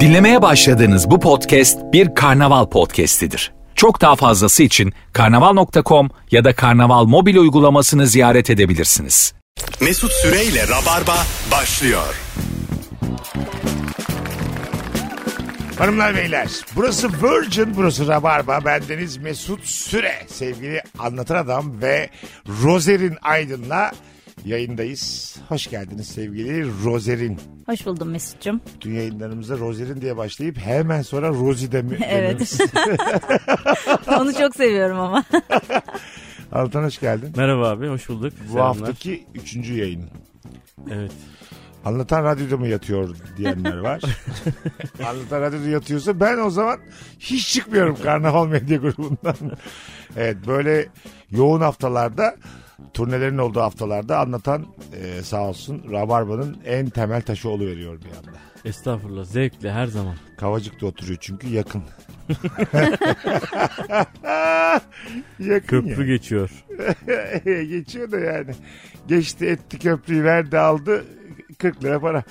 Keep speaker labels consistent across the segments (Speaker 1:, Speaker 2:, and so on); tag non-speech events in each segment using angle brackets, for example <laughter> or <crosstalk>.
Speaker 1: Dinlemeye başladığınız bu podcast bir karnaval podcastidir. Çok daha fazlası için karnaval.com ya da karnaval mobil uygulamasını ziyaret edebilirsiniz.
Speaker 2: Mesut Süreyle Rabarba başlıyor.
Speaker 3: Hanımlar beyler burası Virgin burası Rabarba bendeniz Mesut Süre sevgili anlatan adam ve Rozer'in Aydın'la yayındayız. Hoş geldiniz sevgili Rozer'in.
Speaker 4: Hoş buldum
Speaker 3: <laughs>
Speaker 4: Mesut'cum.
Speaker 3: Bütün yayınlarımıza Rozer'in diye başlayıp hemen sonra Rozi de mi? dememiz.
Speaker 4: Evet. Onu çok seviyorum ama.
Speaker 3: Anlatan hoş geldin.
Speaker 5: Merhaba abi hoş bulduk.
Speaker 3: Bu
Speaker 5: Selamlar.
Speaker 3: haftaki üçüncü yayın.
Speaker 5: Evet.
Speaker 3: Anlatan radyoda mı yatıyor diyenler var. Anlatan radyoda yatıyorsa ben o zaman hiç çıkmıyorum Karnaval Medya Grubu'ndan. evet böyle yoğun haftalarda turnelerin olduğu haftalarda anlatan e, sağ olsun Rabarba'nın en temel taşı oluveriyor bir anda.
Speaker 5: Estağfurullah zevkle her zaman.
Speaker 3: Kavacık'ta oturuyor çünkü yakın. <laughs> yakın
Speaker 5: Köprü
Speaker 3: ya.
Speaker 5: geçiyor.
Speaker 3: <laughs> Geçiyor da yani. Geçti etti köprüyü verdi aldı 40 lira para.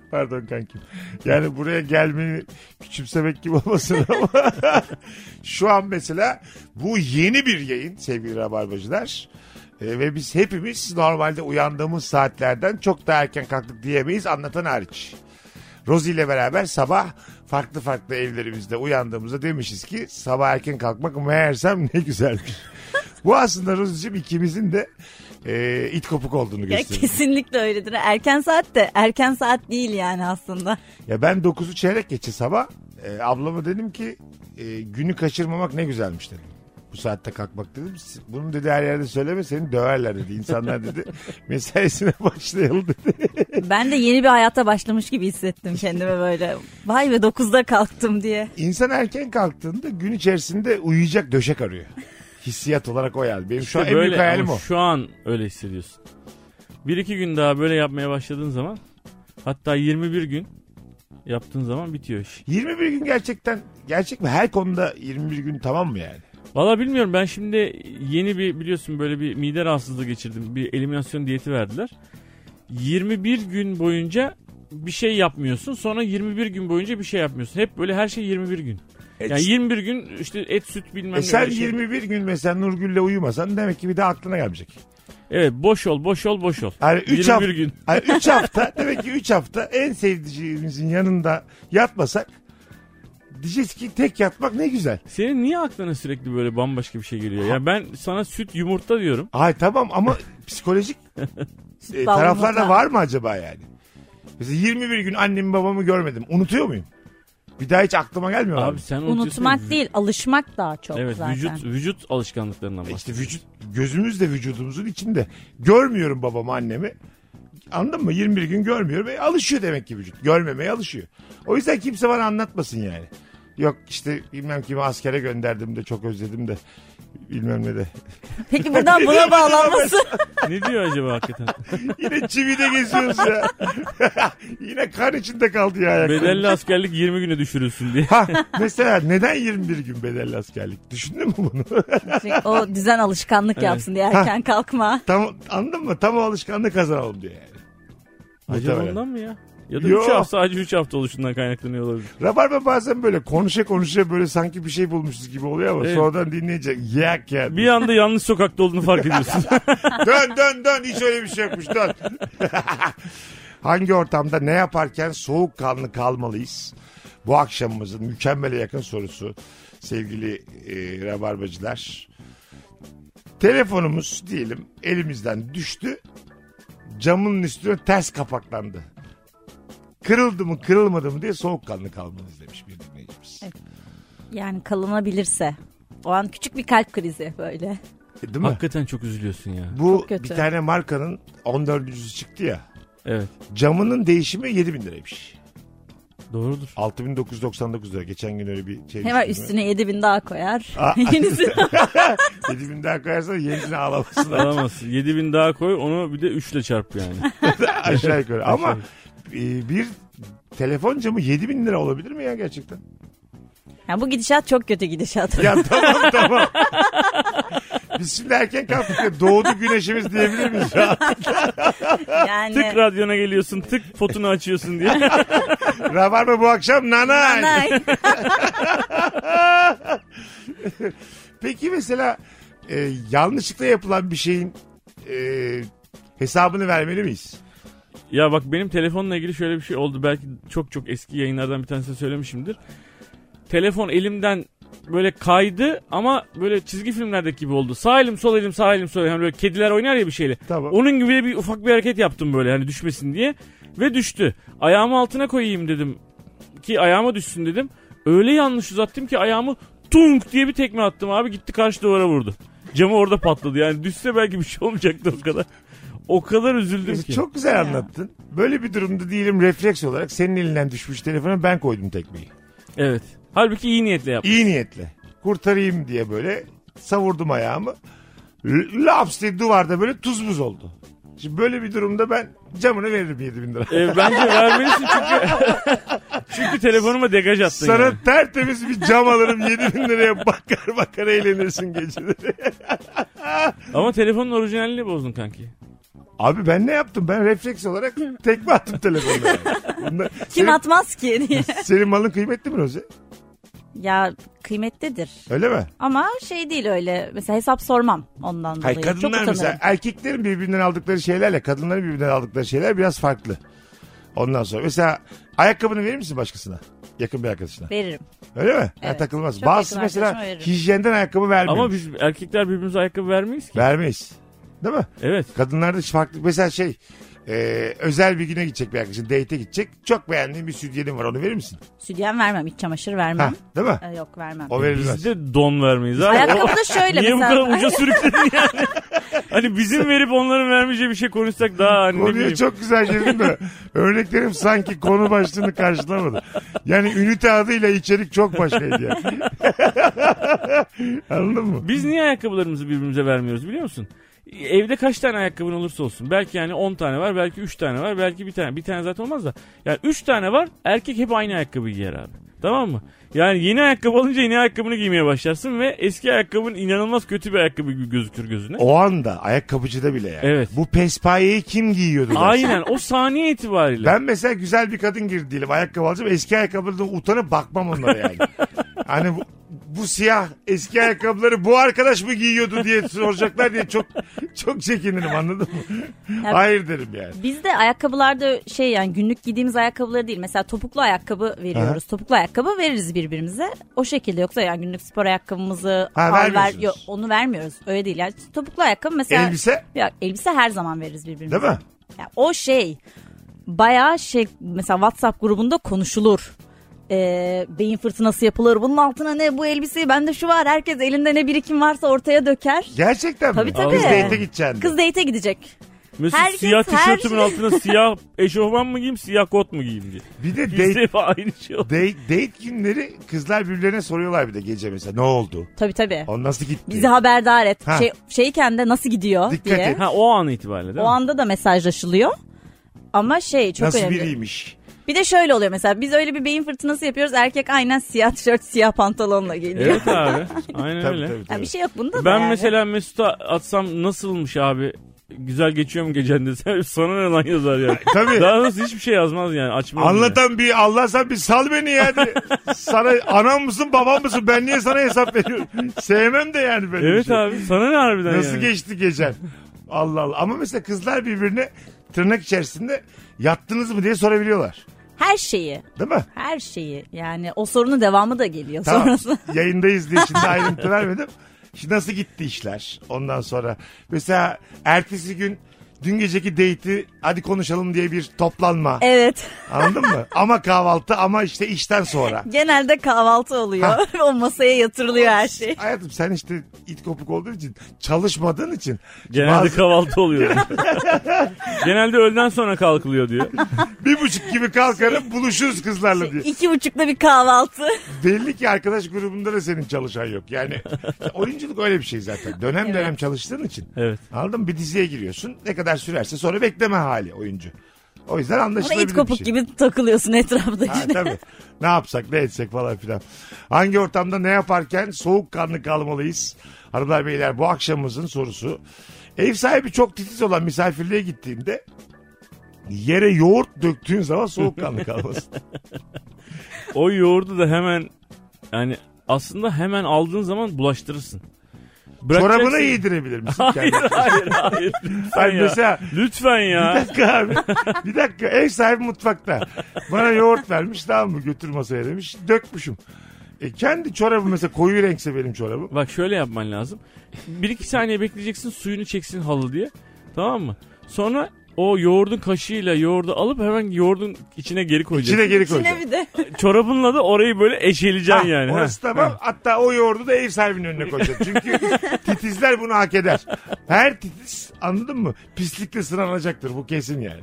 Speaker 3: <laughs> Pardon kankim. Yani buraya gelmeyi küçümsemek gibi olmasın ama <laughs> şu an mesela bu yeni bir yayın sevgili Rabarbacılar. Ee, ve biz hepimiz normalde uyandığımız saatlerden çok daha erken kalktık diyemeyiz anlatan hariç. Rozi ile beraber sabah farklı farklı evlerimizde uyandığımızda demişiz ki sabah erken kalkmak meğersem ne güzelmiş. Bu aslında Rozi'cim ikimizin de e, it kopuk olduğunu
Speaker 4: Ya
Speaker 3: gösteriyor.
Speaker 4: kesinlikle öyledir. Erken saat de erken saat değil yani aslında.
Speaker 3: Ya ben 9'u çeyrek geçe sabah e, ablama dedim ki e, günü kaçırmamak ne güzelmiş dedim. Bu saatte kalkmak dedim. "S- Bunu dedi her yerde söyleme seni döverler dedi. İnsanlar dedi mesaisine başlayalım dedi.
Speaker 4: Ben de yeni bir hayata başlamış gibi hissettim kendime böyle. Vay be 9'da kalktım diye.
Speaker 3: İnsan erken kalktığında gün içerisinde uyuyacak döşek arıyor. Hissiyat olarak o yani. Benim şu an
Speaker 5: İşte
Speaker 3: en büyük hayalim
Speaker 5: ama
Speaker 3: o.
Speaker 5: Şu an öyle hissediyorsun. Bir iki gün daha böyle yapmaya başladığın zaman hatta 21 gün yaptığın zaman bitiyor iş.
Speaker 3: 21 gün gerçekten gerçek mi? Her konuda 21 gün tamam mı yani?
Speaker 5: Valla bilmiyorum ben şimdi yeni bir biliyorsun böyle bir mide rahatsızlığı geçirdim. Bir eliminasyon diyeti verdiler. 21 gün boyunca bir şey yapmıyorsun. Sonra 21 gün boyunca bir şey yapmıyorsun. Hep böyle her şey 21 gün. Yani 21 gün işte et süt bilmem
Speaker 3: E sen
Speaker 5: öyle şey.
Speaker 3: 21 gün mesela Nurgül'le uyumasan demek ki bir daha aklına gelmeyecek.
Speaker 5: Evet boş ol boş ol boş ol.
Speaker 3: Yani 3
Speaker 5: 21
Speaker 3: hafta,
Speaker 5: gün.
Speaker 3: yani üç hafta demek ki 3 hafta en sevdiceğimizin yanında yatmasak diyeceğiz ki tek yatmak ne güzel.
Speaker 5: Senin niye aklına sürekli böyle bambaşka bir şey geliyor? Ya ben sana süt yumurta diyorum.
Speaker 3: Ay tamam ama psikolojik e,
Speaker 4: Bağımlılık
Speaker 3: taraflarda
Speaker 4: var.
Speaker 3: var mı acaba yani? Mesela 21 gün annemi babamı görmedim. Unutuyor muyum? Bir daha hiç aklıma gelmiyor abi.
Speaker 5: Abi sen unutuyorsun.
Speaker 4: Unutmak değil alışmak daha çok
Speaker 5: Evet
Speaker 4: zaten.
Speaker 5: vücut vücut alışkanlıklarından
Speaker 3: E
Speaker 5: bahsediyorum.
Speaker 3: İşte vücut gözümüz de vücudumuzun içinde. Görmüyorum babamı annemi. Anladın mı? 21 gün görmüyorum ve alışıyor demek ki vücut. Görmemeye alışıyor. O yüzden kimse bana anlatmasın yani. Yok işte bilmem kimi askere gönderdim de çok özledim de bilmem ne de. <laughs>
Speaker 4: Peki buradan buna bağlanması.
Speaker 5: ne diyor acaba hakikaten?
Speaker 3: Yine çivide geziyoruz ya. <laughs> Yine kan içinde kaldı ya ayaklarım.
Speaker 5: <laughs> Bedelli askerlik 20 güne düşürülsün diye.
Speaker 3: Ha, <laughs> mesela neden 21 gün bedelli askerlik? Düşündün mü bunu? <laughs>
Speaker 4: o düzen alışkanlık yapsın diye erken kalkma.
Speaker 3: Tam, anladın mı? Tam o alışkanlığı kazanalım diye yani.
Speaker 5: Acaba
Speaker 3: Muhtemelen.
Speaker 5: ondan mı ya? Ya da
Speaker 3: Yo.
Speaker 5: 3 hafta sadece 3 hafta oluşundan kaynaklanıyor olabilir.
Speaker 3: Rabarba bazen böyle konuşa konuşa böyle sanki bir şey bulmuşuz gibi oluyor ama
Speaker 5: Evet.
Speaker 3: sonradan dinleyince yak ya.
Speaker 5: Bir anda yanlış sokakta olduğunu
Speaker 3: <laughs>
Speaker 5: fark ediyorsun.
Speaker 3: dön dön dön hiç öyle bir şey yokmuş
Speaker 5: <laughs>
Speaker 3: dön. Hangi ortamda ne yaparken soğukkanlı kalmalıyız? Bu akşamımızın mükemmele yakın sorusu sevgili e, rabarbacılar. Telefonumuz diyelim elimizden düştü. Camın üstüne ters kapaklandı. Kırıldı mı kırılmadı mı diye soğukkanlı kalmalıyız demiş bir dinleyicimiz.
Speaker 4: Yani kalınabilirse. O an küçük bir kalp krizi böyle.
Speaker 3: E, Değil mi?
Speaker 5: hakikaten çok üzülüyorsun ya.
Speaker 3: Bu
Speaker 4: Çok kötü.
Speaker 3: bir tane markanın 14.sü çıktı ya.
Speaker 5: Evet.
Speaker 3: Camının değişimi 7000 liraymış.
Speaker 5: Doğrudur.
Speaker 3: 6999 lira. Geçen gün öyle bir şey.
Speaker 4: Hemen
Speaker 3: düşündüm.
Speaker 4: üstüne 7000 daha koyar.
Speaker 3: Aa.
Speaker 4: <laughs>
Speaker 3: <laughs>
Speaker 4: Yenisi.
Speaker 3: 7000 daha koyarsan yenisini ağlamasın.
Speaker 5: Alamazsın. 7000 daha koy onu bir de 3 ile çarp
Speaker 4: <laughs>
Speaker 5: yani.
Speaker 3: <laughs> Aşağı yukarı. Ama e, bir telefon camı 7000 lira olabilir mi ya gerçekten?
Speaker 4: Ya bu gidişat çok kötü gidişat.
Speaker 3: <laughs> Ya tamam tamam. Biz şimdi erken kalktık ya doğdu güneşimiz diyebilir miyiz ya?
Speaker 5: Tık
Speaker 4: Yani
Speaker 5: radyona geliyorsun tık potunu açıyorsun diye.
Speaker 3: Rabarba bu akşam nanay.
Speaker 4: Nay.
Speaker 3: Peki mesela e, yanlışlıkla yapılan bir şeyin e, hesabını vermeli miyiz?
Speaker 5: Ya bak benim telefonla ilgili şöyle bir şey oldu. Belki çok çok eski yayınlardan bir tanesine söylemişimdir. Telefon elimden böyle kaydı ama böyle çizgi filmlerdeki gibi oldu. Sağ elim sol elim sağ elim sol elim. Hani böyle kediler oynar ya bir şeyle.
Speaker 3: Tamam.
Speaker 5: Onun gibi bir ufak bir hareket yaptım böyle hani düşmesin diye. Ve düştü. Ayağımı altına koyayım dedim. Ki ayağıma düşsün dedim. Öyle yanlış uzattım ki ayağımı tunk diye bir tekme attım abi. Gitti karşı duvara vurdu. Camı orada patladı. Yani düşse belki bir şey <laughs> olmayacaktı o kadar. O kadar üzüldüm ki.
Speaker 3: Çok güzel anlattın. Böyle bir durumda değilim refleks olarak senin elinden düşmüş telefona ben koydum tekmeyi.
Speaker 5: Evet. Halbuki iyi niyetle yap.
Speaker 3: İyi niyetle. Kurtarayım diye böyle savurdum ayağımı. L- Laps diye duvarda böyle tuz buz oldu. Şimdi böyle bir durumda ben camını veririm 7000 lira.
Speaker 5: Ee, bence vermelisin çünkü <laughs> çünkü telefonuma degaj attın.
Speaker 3: Sana
Speaker 5: yani.
Speaker 3: tertemiz bir cam alırım 7000 liraya bakar bakar eğlenirsin geceleri.
Speaker 5: Ama telefonun orijinalini bozdun kanki.
Speaker 3: Abi ben ne yaptım? Ben refleks
Speaker 4: <laughs>
Speaker 3: olarak tekme attım telefonla. Bunlar-
Speaker 4: Kim
Speaker 3: senin,
Speaker 4: atmaz ki diye.
Speaker 3: senin malın kıymetli mi Roze?
Speaker 4: Ya kıymetlidir.
Speaker 3: Öyle mi?
Speaker 4: Ama şey değil öyle. Mesela hesap sormam ondan dolayı.
Speaker 3: Hayır
Speaker 4: Çok
Speaker 3: kadınlar
Speaker 4: utanırım.
Speaker 3: mesela erkeklerin birbirinden aldıkları şeylerle kadınların birbirinden aldıkları şeyler biraz farklı. Ondan sonra mesela ayakkabını verir misin başkasına? Yakın bir arkadaşına.
Speaker 4: Veririm.
Speaker 3: Öyle mi? Ha,
Speaker 4: Evet.
Speaker 3: takılmaz.
Speaker 4: Çok
Speaker 3: Bazısı
Speaker 4: yakın
Speaker 3: mesela
Speaker 4: arkadaşıma veririm.
Speaker 3: hijyenden ayakkabı vermiyor.
Speaker 5: Ama biz erkekler birbirimize ayakkabı vermeyiz ki.
Speaker 3: Vermeyiz. Değil mi?
Speaker 5: Evet.
Speaker 3: Kadınlarda farklı. Mesela şey e, özel bir güne gidecek bir arkadaşın. Date'e gidecek. Çok beğendiğim bir sütyenim var onu verir misin?
Speaker 4: Sütyen vermem. iç çamaşır
Speaker 3: Ha,
Speaker 4: vermem.
Speaker 3: değil mi?
Speaker 4: Ee, yok vermem.
Speaker 3: O verilmez.
Speaker 5: Biz de don vermeyiz abi.
Speaker 4: Ayakkabı da şöyle
Speaker 5: Niye bu
Speaker 4: mesela. <laughs>
Speaker 5: kadar uca sürükledin yani? hani bizim verip onların vermeyeceği bir şey konuşsak daha hani ne
Speaker 3: Konuya
Speaker 5: <laughs> bileyim.
Speaker 3: çok güzel girdin de örneklerim sanki konu başlığını karşılamadı. Yani ünite adıyla içerik çok başkaydı yani. <laughs> Anladın mı?
Speaker 5: Biz niye ayakkabılarımızı birbirimize vermiyoruz biliyor musun? Evde kaç tane ayakkabın olursa olsun. Belki yani 10 tane var, belki 3 tane var, belki bir tane. Bir tane zaten olmaz da. Yani 3 tane var, erkek hep aynı ayakkabıyı giyer abi. Tamam mı? Yani yeni ayakkabı alınca yeni ayakkabını giymeye başlarsın ve eski ayakkabın inanılmaz kötü bir ayakkabı gibi gözükür gözüne.
Speaker 3: O anda ayakkabıcıda bile yani.
Speaker 5: Evet.
Speaker 3: Bu pespayeyi kim giyiyordu? dersin?
Speaker 5: Aynen o saniye itibariyle.
Speaker 3: Ben mesela güzel bir kadın girdi diyelim ayakkabı alacağım. Eski ayakkabılardan utanıp bakmam onlara yani. hani bu, bu siyah eski ayakkabıları bu arkadaş mı giyiyordu diye soracaklar diye çok çok çekinirim anladın mı? Hayır derim yani.
Speaker 4: Bizde ayakkabılarda şey yani günlük giydiğimiz ayakkabıları değil. Mesela topuklu ayakkabı veriyoruz. Topuklu ayakkabı veririz birbirimize. O şekilde yoksa yani günlük spor ayakkabımızı
Speaker 3: Ha,
Speaker 4: al
Speaker 3: vermiyorsunuz.
Speaker 4: yok, onu vermiyoruz. Öyle değil. Yani topuklu ayakkabı mesela
Speaker 3: Elbise?
Speaker 4: Ya, elbise her zaman veririz birbirimize.
Speaker 3: Değil mi?
Speaker 4: Ya, o şey bayağı şey mesela WhatsApp grubunda konuşulur. Ee, beyin fırtınası yapılır. Bunun altına ne bu elbiseyi bende şu var. Herkes elinde ne birikim varsa ortaya döker.
Speaker 3: Gerçekten mi?
Speaker 4: Tabii tabii.
Speaker 3: Kız date'e gideceksin.
Speaker 4: Kız date'e gidecek.
Speaker 5: Mesut
Speaker 4: Herkes
Speaker 5: siyah
Speaker 4: her
Speaker 5: tişörtümün
Speaker 4: şey- <laughs>
Speaker 5: altına siyah eşofman mı giyeyim, siyah kot mu giyeyim diye.
Speaker 3: Bir de
Speaker 5: Yüz
Speaker 3: date,
Speaker 5: defa aynı şey oldu.
Speaker 3: date, date günleri kızlar birbirlerine soruyorlar bir de gece mesela ne oldu?
Speaker 4: Tabii tabii.
Speaker 3: O nasıl gitti?
Speaker 4: Bizi haberdar et.
Speaker 3: Ha.
Speaker 4: Şey, şeyken de nasıl gidiyor
Speaker 3: Dikkat
Speaker 4: diye.
Speaker 3: et.
Speaker 5: Ha o an itibariyle değil
Speaker 4: O
Speaker 5: mi?
Speaker 4: anda da mesajlaşılıyor. Ama şey çok
Speaker 3: nasıl
Speaker 4: önemli.
Speaker 3: biriymiş?
Speaker 4: Bir de şöyle oluyor mesela biz öyle bir beyin fırtınası yapıyoruz. Erkek aynen siyah tişört siyah pantolonla geliyor.
Speaker 5: Evet abi. Aynen
Speaker 3: Tabii
Speaker 5: öyle.
Speaker 3: tabii. tabii.
Speaker 4: Yani bir şey yok bunda da
Speaker 5: Ben
Speaker 4: yani.
Speaker 5: mesela Mesut'a atsam nasılmış abi? Güzel geçiyor mu gecen <laughs> desem sana ne lan yazar yani.
Speaker 3: Tabii.
Speaker 5: Daha nasıl hiçbir şey yazmaz yani açmaz. bile.
Speaker 3: Anlatan bir Allah sen bir sal beni ya.
Speaker 4: <laughs>
Speaker 3: sana anam mısın babam mısın ben niye sana hesap veriyorum? Sevmem de yani böyle bir
Speaker 5: Evet
Speaker 3: şey.
Speaker 5: abi sana ne harbiden
Speaker 3: Nasıl
Speaker 5: yani?
Speaker 3: geçti gecen? Allah Allah. Ama mesela kızlar birbirine tırnak içerisinde yattınız mı diye sorabiliyorlar.
Speaker 4: Her şeyi
Speaker 3: Değil mi?
Speaker 4: her şeyi yani o sorunun devamı da geliyor
Speaker 3: Tamam.
Speaker 4: sonrasında.
Speaker 3: <laughs> Yayındayız diye şimdi ayrıntı vermedim. Şimdi nasıl gitti işler ondan sonra? Mesela ertesi gün dün geceki date'i hadi konuşalım diye bir toplanma.
Speaker 4: <laughs> Evet.
Speaker 3: Anladın
Speaker 4: <laughs>
Speaker 3: mı? Ama kahvaltı ama işte işten sonra.
Speaker 4: Genelde kahvaltı oluyor. <laughs> o masaya yatırılıyor her şey.
Speaker 3: Hayatım sen işte it kopuk olduğun için çalışmadığın için
Speaker 5: Genelde
Speaker 3: bazı- <laughs>
Speaker 5: kahvaltı oluyor. Genelde öğleden sonra kalkılıyor diyor.
Speaker 3: bir buçuk gibi kalkarım buluşuruz kızlarla diye.
Speaker 4: İki buçukta bir kahvaltı.
Speaker 3: Belli ki arkadaş grubunda da senin çalışan yok.
Speaker 5: <laughs>
Speaker 3: Yani oyunculuk öyle bir şey zaten. Dönem dönem çalıştığın için.
Speaker 5: Evet.
Speaker 3: Anladın mı? Bir diziye giriyorsun. Ne kadar sürerse sonra bekleme hali oyuncu. O yüzden
Speaker 4: Ona
Speaker 3: anlaşılabilir
Speaker 4: it kopuk
Speaker 3: bir şey.
Speaker 4: gibi takılıyorsun etrafta
Speaker 3: Ha,
Speaker 4: işte.
Speaker 3: tabii. Ne yapsak ne etsek falan filan. Hangi ortamda ne yaparken soğukkanlı kalmalıyız? Hanımlar beyler bu akşamımızın sorusu. Ev sahibi çok titiz olan misafirliğe gittiğinde yere yoğurt döktüğün zaman
Speaker 5: <laughs>
Speaker 3: soğukkanlı kalmasın.
Speaker 5: O yoğurdu da hemen yani aslında hemen aldığın zaman bulaştırırsın. Bırakacaksın-
Speaker 3: Çorabını yedirebilir misin
Speaker 5: <laughs> Hayır
Speaker 3: kendine?
Speaker 5: hayır hayır. Lütfen
Speaker 3: Ay mesela-
Speaker 5: ya. Lütfen
Speaker 3: Bir
Speaker 5: ya.
Speaker 3: dakika abi. Bir dakika. Ev sahibi mutfakta. Bana yoğurt vermiş tamam mı götür masaya demiş. Dökmüşüm. E kendi çorabım mesela koyu renkse benim çorabım.
Speaker 5: Bak şöyle yapman lazım. Bir iki saniye bekleyeceksin suyunu çeksin halı diye. Tamam mı? Sonra o yoğurdun kaşığıyla yoğurdu alıp hemen yoğurdun içine geri koyacaksın.
Speaker 3: İçine geri koyacağım.
Speaker 4: İçine bir de.
Speaker 5: Çorabınla da orayı böyle eşeleyeceksin
Speaker 3: Ha,
Speaker 5: yani. ha.
Speaker 3: Orası tamam. Hatta o yoğurdu da ev sahibinin önüne koyacağım.
Speaker 5: <laughs>
Speaker 3: Çünkü titizler bunu hak eder. Her titiz anladın mı? Pislikle sınanacaktır bu kesin yani.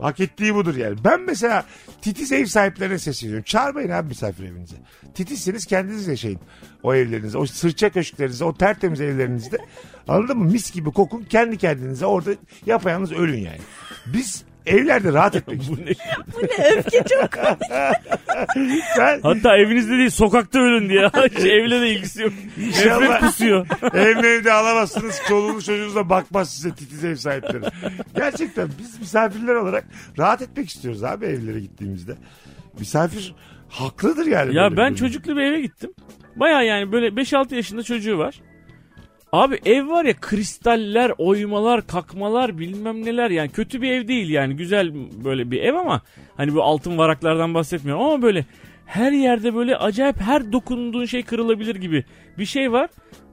Speaker 3: Hak ettiği budur yani. Ben mesela titiz ev sahiplerine sesleniyorum. Çağırmayın abi misafir evinize. Titizseniz kendiniz yaşayın o evlerinizde. O sırça köşklerinizde, o tertemiz evlerinizde. Anladın mı? Mis gibi kokun kendi kendinize orada yapayalnız ölün yani. Biz evlerde rahat etmek istiyoruz.
Speaker 4: Öfke çok.
Speaker 3: Ben-
Speaker 5: Hatta evinizde değil sokakta
Speaker 3: <laughs>
Speaker 5: ölün diye. Hiç evle de ilgisi yok.
Speaker 3: İnşallah.
Speaker 5: Nefret kusuyor.
Speaker 3: <laughs> Ev evde alamazsınız. Çoluğunuz çocuğunuz da bakmaz size titiz ev sahipleri. Gerçekten biz misafirler olarak rahat etmek istiyoruz abi evlere gittiğimizde. Misafir haklıdır yani.
Speaker 5: Ya
Speaker 3: böyle
Speaker 5: ben
Speaker 3: bir- E,
Speaker 5: çocuklu bir eve gittim. Baya yani böyle 5-6 yaşında çocuğu var. Abi ev var ya kristaller, oymalar, kakmalar bilmem neler yani kötü bir ev değil yani güzel böyle bir ev ama hani bu altın varaklardan bahsetmiyorum ama böyle her yerde böyle acayip her dokunduğun şey kırılabilir gibi bir şey var.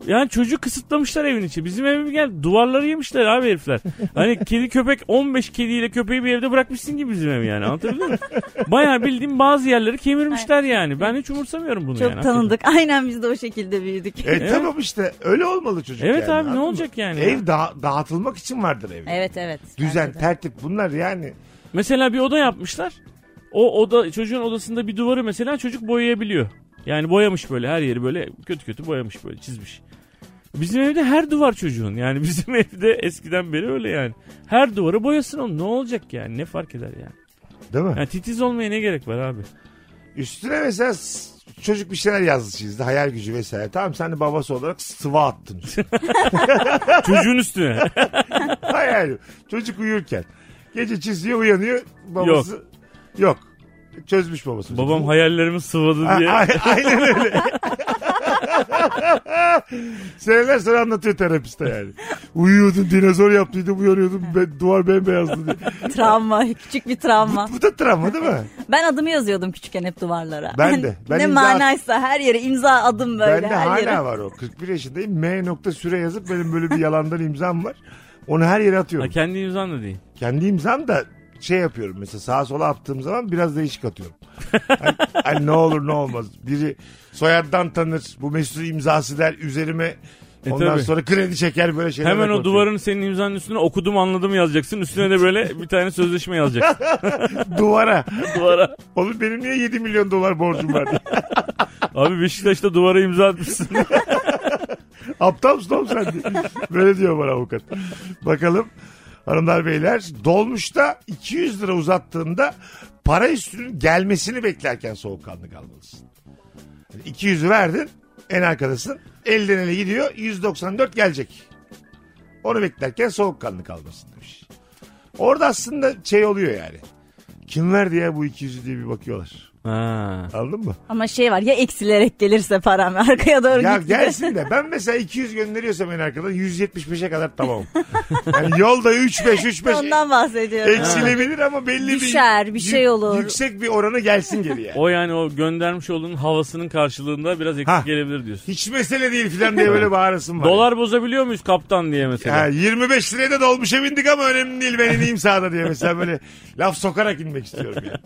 Speaker 5: Yani çocuğu kısıtlamışlar evin içi. Bizim evime gel duvarları yemişler abi herifler. Hani kedi köpek 15 kediyle köpeği bir evde bırakmışsın gibi bizim ev yani anlatabiliyor muyum? Bayağı bildiğim bazı yerleri kemirmişler yani. Ben hiç umursamıyorum bunu
Speaker 4: Çok
Speaker 5: yani.
Speaker 4: tanıdık. Aynen biz de o şekilde büyüdük.
Speaker 3: E tamam işte öyle olmalı çocuk
Speaker 5: Evet
Speaker 3: yani,
Speaker 5: abi ne
Speaker 3: anladın mı?
Speaker 5: olacak yani?
Speaker 3: Ev da- dağıtılmak için vardır ev.
Speaker 4: Evet evet.
Speaker 3: Düzen,
Speaker 4: Bence de.
Speaker 3: tertip bunlar yani.
Speaker 5: Mesela bir oda yapmışlar. O oda çocuğun odasında bir duvarı mesela çocuk boyayabiliyor. Yani boyamış böyle her yeri böyle kötü kötü boyamış böyle çizmiş. Bizim evde her duvar çocuğun. Yani bizim <laughs> evde eskiden beri öyle yani. Her duvarı boyasın oğlum. Ne olacak yani? Ne fark eder yani?
Speaker 3: Değil mi?
Speaker 5: Yani titiz olmaya ne gerek var abi?
Speaker 3: Üstüne mesela s- çocuk bir şeyler yazdı çizdi. Hayal gücü vesaire. Tamam sen de babası olarak sıva attın. <laughs>
Speaker 5: Çocuğun üstüne.
Speaker 3: Hayal. Çocuk uyurken. Gece çiziyor uyanıyor. Babası yok. Çözmüş babası. <laughs>
Speaker 5: Babam hayallerimi sıvadı diye.
Speaker 3: A- a- Aynen öyle. <laughs> Seneler sonra anlatıyor terapiste yani. Uyuyordun dinozor yaptıydım uyanıyordum be, duvar bembeyazdı diye.
Speaker 4: Travma. Küçük bir travma.
Speaker 3: Bu da travma değil mi?
Speaker 4: Ben adımı yazıyordum küçükken hep duvarlara.
Speaker 3: Ben
Speaker 4: <laughs>
Speaker 3: de. Ben
Speaker 4: ne
Speaker 3: imza-
Speaker 4: manaysa her yere imza adım böyle.
Speaker 3: Bende
Speaker 4: her
Speaker 3: hala
Speaker 4: yere.
Speaker 3: var o. 41 yaşındayım. M nokta süre yazıp benim böyle bir yalandan imzam var. Onu her yere
Speaker 5: Ha,
Speaker 3: atıyorum.
Speaker 5: kendi imzan da değil.
Speaker 3: Kendi imzam da şey yapıyorum mesela sağa sola attığım zaman biraz değişik atıyorum. hani, hani ne olur ne olmaz. Biri soyaddan tanır. Bu Mesut'un imzası der üzerime.
Speaker 5: E,
Speaker 3: Ondan
Speaker 5: tabii.
Speaker 3: sonra kredi çeker böyle şeyler.
Speaker 5: Hemen o duvarın senin imzanın üstüne okudum anladım yazacaksın. Üstüne de böyle bir tane
Speaker 3: <laughs>
Speaker 5: sözleşme yazacaksın
Speaker 3: duvara.
Speaker 5: duvara.
Speaker 3: Oğlum benim niye 7 milyon dolar borcum var? diye.
Speaker 5: Abi Beşiktaş'ta duvara imza atmışsın.
Speaker 3: Aptal mısın oğlum sen? <laughs> diye. Böyle diyor bana avukat. Bakalım hanımlar beyler dolmuşta 200 lira uzattığında para üstünün gelmesini beklerken soğukkanlı kalmalısın. Yani 200 verdin en arkadasın elden ele gidiyor 194 gelecek. Onu beklerken soğukkanlı kalmasın demiş. Orada aslında şey oluyor yani. Kim verdi ya bu 200 diye bir bakıyorlar.
Speaker 5: Ha.
Speaker 3: Anladın mı?
Speaker 4: Ama şey var ya eksilerek gelirse param <laughs> arkaya doğru
Speaker 3: Ya
Speaker 4: gitse.
Speaker 3: gelsin de ben mesela 200 gönderiyorsam en arkadan 175'e kadar tamam. Yani yolda 3-5-3-5
Speaker 4: Ondan bahsediyorum.
Speaker 3: eksilebilir ama belli bir...
Speaker 4: Düşer, bir şey
Speaker 3: yük-
Speaker 4: olur.
Speaker 3: Yüksek bir oranı gelsin geri yani.
Speaker 5: O yani o göndermiş olduğun havasının karşılığında biraz eksik
Speaker 3: Ha.
Speaker 5: gelebilir diyorsun.
Speaker 3: Hiç mesele değil filan diye böyle bağırasın var.
Speaker 5: Dolar bozabiliyor muyuz kaptan diye mesela.
Speaker 3: Ha, 25 liraya da dolmuşa bindik ama önemli değil ben ineyim sağda diye mesela böyle laf sokarak inmek istiyorum yani.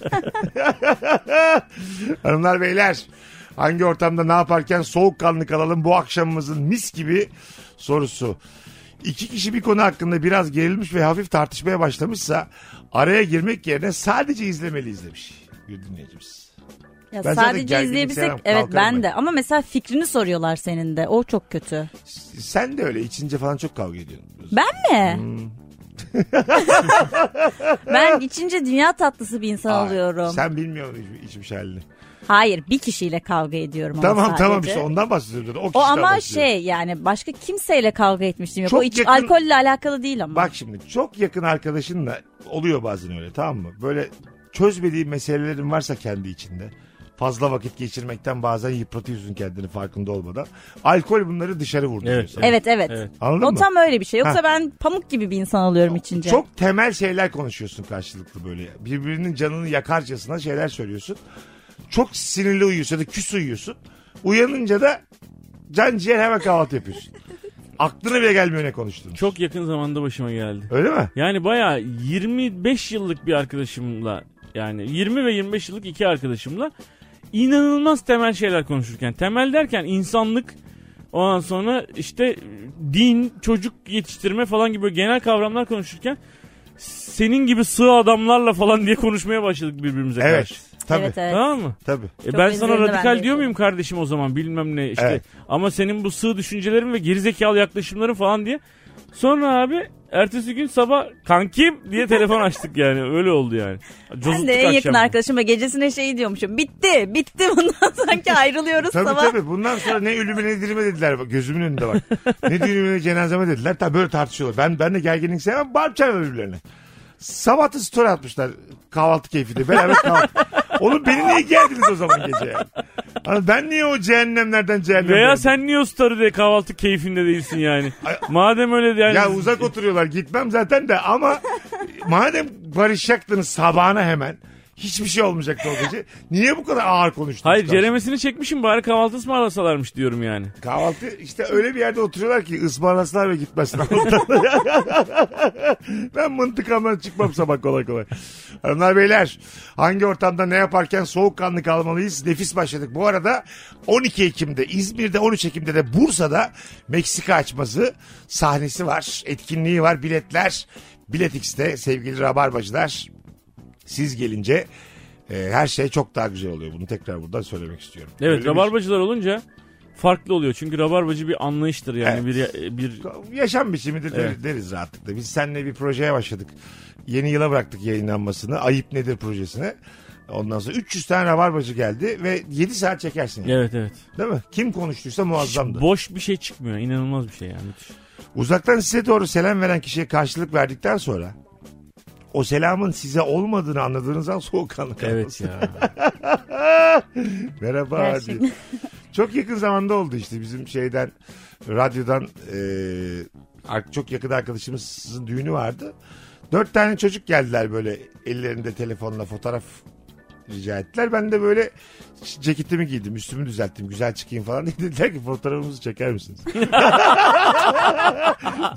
Speaker 3: Hanımlar beyler hangi ortamda ne yaparken soğukkanlı kalalım bu akşamımızın mis gibi sorusu. İki kişi bir konu hakkında biraz gerilmiş ve hafif tartışmaya başlamışsa araya girmek yerine sadece izlemeliyiz demiş bir dinleyicimiz.
Speaker 4: Ya
Speaker 3: Ben zaten
Speaker 4: sadece
Speaker 3: gerginlik
Speaker 4: izleyebilsek
Speaker 3: sevmem,
Speaker 4: evet
Speaker 3: kalkarım ben.
Speaker 4: ben de ama mesela fikrini soruyorlar senin de o çok kötü.
Speaker 3: S- Sen de öyle içince falan çok kavga ediyorsun.
Speaker 4: Ben mi? Ben içince dünya tatlısı bir insan
Speaker 3: Ay,
Speaker 4: oluyorum.
Speaker 3: Sen bilmiyorsun hiç, hiçbir şey halini.
Speaker 4: Hayır bir kişiyle kavga ediyorum ama
Speaker 3: Tamam
Speaker 4: sadece.
Speaker 3: tamam işte ondan bahsediyorum. O,
Speaker 4: O
Speaker 3: kişiden
Speaker 4: ama
Speaker 3: bahsediyorum.
Speaker 4: şey yani başka kimseyle kavga etmiştim. Yok.
Speaker 3: Çok
Speaker 4: O hiç
Speaker 3: yakın-
Speaker 4: alkolle alakalı değil ama.
Speaker 3: Bak şimdi çok yakın arkadaşınla oluyor bazen öyle tamam mı? Böyle çözmediği meselelerin varsa kendi içinde. Fazla vakit geçirmekten bazen yıpratıyorsun kendini farkında olmadan. Alkol bunları dışarı vurduruyor.
Speaker 5: Evet,
Speaker 3: sana.
Speaker 4: evet evet.
Speaker 5: Evet.
Speaker 3: Anladın
Speaker 4: O
Speaker 3: mı?
Speaker 4: tam öyle bir şey. Yoksa
Speaker 3: Ha.
Speaker 4: ben pamuk gibi bir insan oluyorum içince.
Speaker 3: Çok temel şeyler konuşuyorsun karşılıklı böyle. Birbirinin canını yakarcasına şeyler söylüyorsun. Çok sinirli uyuyorsun ya da küs uyuyorsun. Uyanınca da can ciğer hemen kahvaltı
Speaker 4: <laughs>
Speaker 3: yapıyorsun. Aklına bile gelmiyor ne konuştuğunu.
Speaker 5: Çok yakın zamanda başıma geldi.
Speaker 3: Öyle mi?
Speaker 5: Yani bayağı 25 yıllık bir arkadaşımla yani 20 ve 25 yıllık iki arkadaşımla inanılmaz temel şeyler konuşurken. Temel derken insanlık ondan sonra işte din, çocuk yetiştirme falan gibi böyle genel kavramlar konuşurken senin gibi sığ adamlarla falan diye konuşmaya başladık birbirimize karşı.
Speaker 3: Evet. Tabii.
Speaker 4: Evet evet.
Speaker 5: Tamam mı?
Speaker 3: Tabii.
Speaker 5: E
Speaker 4: Çok
Speaker 5: ben sana
Speaker 4: benzerini ben de
Speaker 5: radikal diyor
Speaker 4: yapıyorum.
Speaker 5: muyum kardeşim o zaman bilmem ne işte.
Speaker 3: Evet.
Speaker 5: Ama senin bu sığ düşüncelerin ve gerizekalı yaklaşımların falan diye. Sonra abi ertesi gün sabah kankim diye telefon açtık yani öyle oldu yani.
Speaker 4: Ben
Speaker 5: Cozuttuk
Speaker 4: de en yakın
Speaker 5: akşam.
Speaker 4: arkadaşıma gecesine şey diyormuşum. Bitti bitti bundan <laughs> sonraki ayrılıyoruz
Speaker 3: Tabii
Speaker 4: sabah.
Speaker 3: tabii. Bundan sonra ne ölüme ne dirime dediler. Bak, gözümün önünde bak. ne düğünüme ne cenazeme dediler. Tabii böyle tartışıyorlar. Ben ben de gerginlik sevmem. Bağırıp çağırıyorlar birbirlerine. Sabah da story atmışlar kahvaltı keyfinde. Beraber
Speaker 5: <laughs>
Speaker 3: kahvaltı. Oğlum beni niye geldiniz o zaman gece? yani? Hani ben niye o cehennemlerden cehennemden?
Speaker 5: Veya sen niye o story'de kahvaltı keyfinde değilsin yani. Madem öyle yani.
Speaker 3: Ya uzak oturuyorlar gitmem zaten de ama madem barışacaktınız sabahına hemen. Hiçbir şey olmayacaktı o gece. Niye bu kadar ağır konuştunuz?
Speaker 5: Hayır
Speaker 3: karşı-
Speaker 5: ceremesini çekmişim bari kahvaltı ısmarlasalarmış diyorum yani.
Speaker 3: Kahvaltı işte öyle bir yerde oturuyorlar ki ısmarlasınlar ve gitmesin. <laughs> ben mıntıkamdan çıkmam sabah kolay kolay. Hanımlar beyler hangi ortamda ne yaparken soğukkanlı kalmalıyız? Nefis başladık. Bu arada 12 Ekim'de İzmir'de 13 Ekim'de de Bursa'da Meksika açması sahnesi var. Etkinliği var. Biletler Bilet X'te sevgili Rabarbacılar siz gelince e, her şey çok daha güzel oluyor. Bunu tekrar buradan söylemek istiyorum.
Speaker 5: Evet
Speaker 3: Öyle bir- şey.
Speaker 5: rabarbacılar olunca farklı oluyor. Çünkü rabarbacı bir anlayıştır yani bir bir
Speaker 3: yaşam biçimidir der- deriz rahatlıkla. Biz seninle bir projeye başladık. Yeni yıla bıraktık yayınlanmasını. Ayıp nedir projesine. Ondan sonra 300 tane rabarbacı geldi ve 7 saat çekersin. yani.
Speaker 5: Evet evet.
Speaker 3: Değil mi? Kim konuştuysa muazzamdı.
Speaker 5: Boş bir şey çıkmıyor. İnanılmaz bir şey yani. Müthiş.
Speaker 3: Uzaktan size doğru selam veren kişiye karşılık verdikten sonra o selamın size olmadığını anladığınız an soğukkanlı kalması. <laughs>
Speaker 5: Evet ya.
Speaker 3: Merhaba
Speaker 4: Gerçekten.
Speaker 3: diye. <laughs> Çok yakın zamanda oldu işte bizim şeyden radyodan e, ar- çok yakın arkadaşımızın düğünü vardı. Dört tane çocuk geldiler böyle ellerinde telefonla fotoğraf rica ettiler. Ben de böyle ceketimi giydim, üstümü düzelttim, güzel çıkayım falan. <laughs> Dediler ki fotoğrafımızı çeker misiniz? <laughs>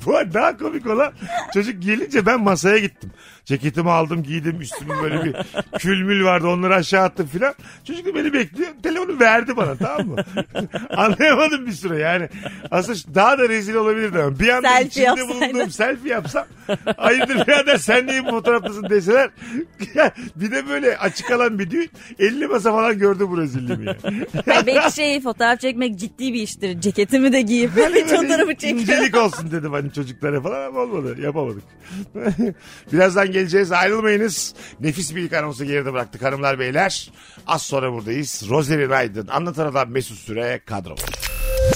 Speaker 3: Bu arada daha komik olan çocuk gelince ben masaya gittim. Ceketimi aldım giydim üstümü böyle bir külmül vardı onları aşağı attım filan. Çocuk da beni bekliyor. Telefonu verdi bana tamam mı? <laughs> Anlayamadım bir süre yani. Aslında daha da rezil olabilirdi. ama Bir anda
Speaker 4: Selfie
Speaker 3: içinde
Speaker 4: yapsaydın.
Speaker 3: bulunduğum selfie yapsam. Hayırdır birader sen niye bu fotoğraftasın deseler. <laughs> bir de böyle açık alan bir düğün. 50 masa falan gördü bu rezilliğimi.
Speaker 4: <laughs>
Speaker 3: Yani. <laughs>
Speaker 4: Hayır, belki şey fotoğraf çekmek ciddi bir iştir. Ceketimi de giyip
Speaker 5: Hani
Speaker 4: bir <laughs> fotoğrafı çekiyorum.
Speaker 3: İncelik olsun dedim hani çocuklara falan ama olmadı. Yapamadık. <laughs> Birazdan geleceğiz. Ayrılmayınız. Nefis bir ilk anonsu geride bıraktık hanımlar beyler. Az sonra buradayız. Rozerin Aydın. Anlatan adam Mesut Süre kadro.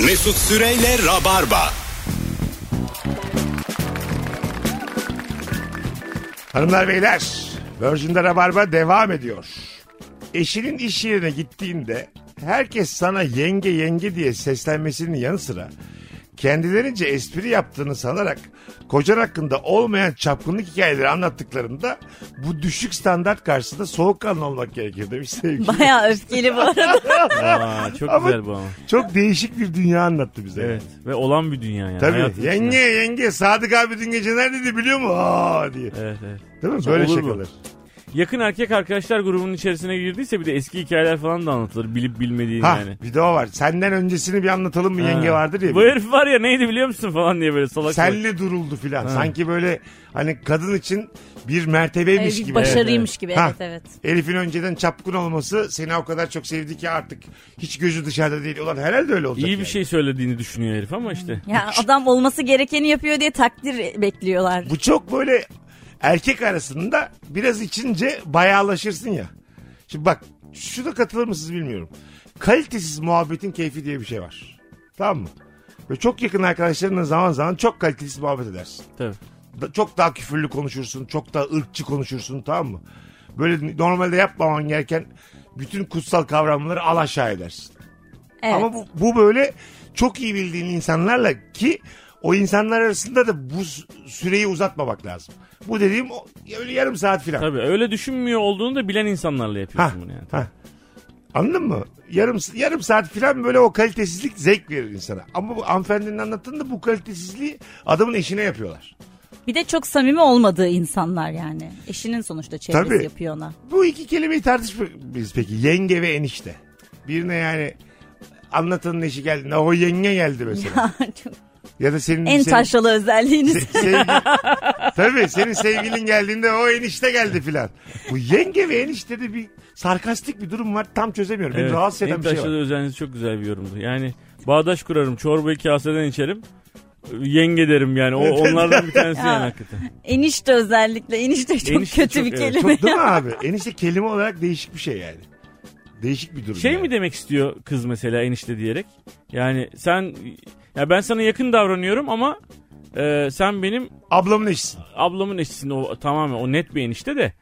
Speaker 2: Mesut Süreyle Rabarba.
Speaker 3: Hanımlar beyler. Virgin'de Rabarba devam ediyor. Eşinin iş yerine gittiğinde herkes sana yenge yenge diye seslenmesinin yanı sıra kendilerince espri yaptığını sanarak kocan hakkında olmayan çapkınlık hikayeleri anlattıklarında bu düşük standart karşısında soğukkanlı olmak gerekir demiş sevgili.
Speaker 4: Baya öfkeli bu arada.
Speaker 5: Aa, çok
Speaker 3: Ama-
Speaker 5: güzel bu ama.
Speaker 3: Çok değişik bir dünya anlattı bize.
Speaker 5: Evet. Ve olan bir dünya yani.
Speaker 3: Tabii.
Speaker 5: Hayatın
Speaker 3: Yenge
Speaker 5: içinde.
Speaker 3: yenge Sadık abi dün gece neredeydi biliyor musun? Aa diye.
Speaker 5: Evet evet.
Speaker 3: Değil mi? Böyle
Speaker 5: Olur bu.
Speaker 3: şakalar.
Speaker 5: Yakın erkek arkadaşlar grubunun içerisine girdiyse bir de eski hikayeler falan da anlatılır bilip bilmediğin
Speaker 3: Ha
Speaker 5: yani.
Speaker 3: bir de o var. Senden öncesini bir anlatalım mı yenge
Speaker 5: Ha.
Speaker 3: vardır ya.
Speaker 5: Bu herif var ya neydi biliyor musun falan diye böyle salak. salak.
Speaker 3: Senle duruldu filan. Sanki böyle hani kadın için bir mertebeymiş
Speaker 4: Ee, bir
Speaker 3: gibi.
Speaker 4: başarıymış gibi
Speaker 3: Ha.
Speaker 4: evet evet.
Speaker 3: Elif'in önceden çapkın olması seni o kadar çok sevdi ki artık hiç gözü dışarıda değil. Ulan herhalde öyle olacak.
Speaker 5: İyi bir
Speaker 3: yani.
Speaker 5: şey söylediğini düşünüyor herif ama işte.
Speaker 4: Ya adam olması gerekeni yapıyor diye takdir bekliyorlar.
Speaker 3: Bu çok böyle erkek arasında biraz içince bayağılaşırsın ya. Şimdi bak şuna katılır mısınız bilmiyorum. Kalitesiz muhabbetin keyfi diye bir şey var. Tamam mı? Ve çok yakın arkadaşlarınla zaman zaman çok kalitesiz muhabbet edersin.
Speaker 5: Tabii.
Speaker 3: Da- çok daha küfürlü konuşursun, çok daha ırkçı konuşursun tamam mı? Böyle normalde yapmaman gereken bütün kutsal kavramları al aşağı edersin.
Speaker 4: Evet.
Speaker 3: Ama bu, bu böyle çok iyi bildiğin insanlarla ki o insanlar arasında da bu s- süreyi uzatmamak lazım. Bu dediğim o- öyle yarım saat filan.
Speaker 5: Tabii öyle düşünmüyor olduğunu da bilen insanlarla yapıyorsun bunu yani.
Speaker 3: ha. Anladın mı? Yarım s- yarım saat filan böyle o kalitesizlik zevk verir insana. Ama bu hanımefendinin anlattığında bu kalitesizliği adamın eşine yapıyorlar.
Speaker 4: Bir de çok samimi olmadığı insanlar yani. Eşinin sonuçta çevresi
Speaker 3: Tabii.
Speaker 4: yapıyor
Speaker 5: <laughs>
Speaker 4: ona.
Speaker 3: Bu iki kelimeyi tartışmayız peki. Yenge ve enişte. Birine yani anlatanın eşi geldi. O yenge geldi mesela.
Speaker 4: Çok-
Speaker 3: Ya da senin
Speaker 4: en
Speaker 3: senin-
Speaker 4: taşralı özelliğiniz.
Speaker 3: Sevgi... Tabii senin sevgilin geldiğinde o enişte geldi filan. Bu yenge ve eniştede bir sarkastik bir durum var. Tam çözemiyorum. Beni
Speaker 5: Evet,
Speaker 3: rahatsız eden
Speaker 5: en
Speaker 3: bir şey
Speaker 5: taşlı
Speaker 3: var.
Speaker 5: özelliğiniz çok güzel bir yorumdu. Yani bağdaş kurarım, çorbayı kaseden içerim. Yenge derim yani. O
Speaker 3: <laughs>
Speaker 5: onlardan bir tanesi
Speaker 4: Ya.
Speaker 5: yani hakikaten.
Speaker 4: <laughs> enişte özellikle. Enişte çok
Speaker 5: Enişte
Speaker 4: kötü
Speaker 5: çok-
Speaker 4: bir
Speaker 5: evet,
Speaker 4: kelime.
Speaker 3: Çok değil mi abi? Enişte kelime olarak değişik bir şey yani. Değişik bir durum.
Speaker 5: Şey
Speaker 3: yani.
Speaker 5: mi demek istiyor kız mesela enişte diyerek? Yani sen ya ben sana yakın davranıyorum ama e, sen benim
Speaker 3: Ablamın eşisin.
Speaker 5: ablamın eşisin o tamamen o net bir
Speaker 4: <laughs>
Speaker 5: enişte de.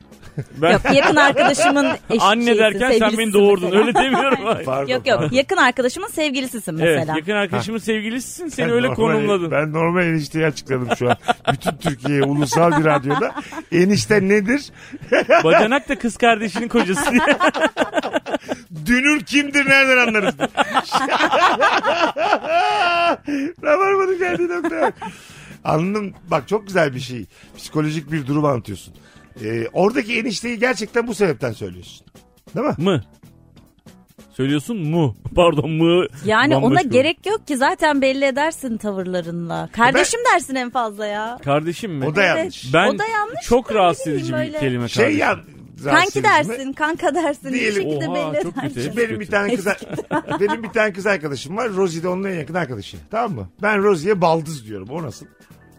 Speaker 4: <laughs>
Speaker 5: Ben
Speaker 4: Yok yakın arkadaşımın eşi
Speaker 5: anne
Speaker 4: şeysin,
Speaker 5: derken sen beni
Speaker 4: sevgilisisin
Speaker 5: doğurdun
Speaker 4: mesela.
Speaker 5: öyle <laughs>
Speaker 4: <laughs>
Speaker 5: demiyorum.
Speaker 3: Pardon,
Speaker 4: Yok yok
Speaker 3: pardon.
Speaker 4: yakın arkadaşımın sevgilisisin
Speaker 5: evet
Speaker 4: mesela.
Speaker 5: yakın arkadaşımın sevgilisisin seni
Speaker 3: Ben
Speaker 5: öyle
Speaker 3: normal-
Speaker 5: konumladın.
Speaker 3: Ben normal enişteyi açıkladım şu an. Bütün Türkiye'ye ulusal bir radyoda. Enişte nedir?
Speaker 5: Bacanak da kız kardeşinin kocası
Speaker 4: <laughs>
Speaker 5: diye.
Speaker 3: Dünür kimdir nereden anlarız?
Speaker 4: <laughs>
Speaker 3: Rabarbanın geldiği nokta bak. Anladım. Bak çok güzel bir şey. Psikolojik bir durum anlatıyorsun. Ee, oradaki enişteyi gerçekten bu sebepten söylüyorsun. Değil mi?
Speaker 5: mı? Söylüyorsun mu? <laughs> Pardon mı?
Speaker 4: Yani ona
Speaker 5: Bambaşka.
Speaker 4: gerek yok ki zaten belli edersin tavırlarınla. Kardeşim dersin en fazla ya.
Speaker 5: Kardeşim mi?
Speaker 3: O da
Speaker 4: Evet. Şey
Speaker 3: yanlış.
Speaker 5: Ben
Speaker 4: O da yanlış
Speaker 5: çok
Speaker 4: da
Speaker 5: rahatsız
Speaker 4: ne bileyim böyle.
Speaker 5: edici bir kelime
Speaker 3: Şey
Speaker 5: kardeşim.
Speaker 3: ya.
Speaker 4: Kanki dersin, kanka dersin. Bir
Speaker 3: Diyelim.
Speaker 4: şekilde
Speaker 5: Oha,
Speaker 4: belli
Speaker 5: çok kötü.
Speaker 4: edersin.
Speaker 3: Benim bir tane kız <laughs> benim bir tane kız arkadaşım var. Rosie de onun en yakın arkadaşı. Tamam mı? Ben Rosie'ye baldız diyorum. O nasıl?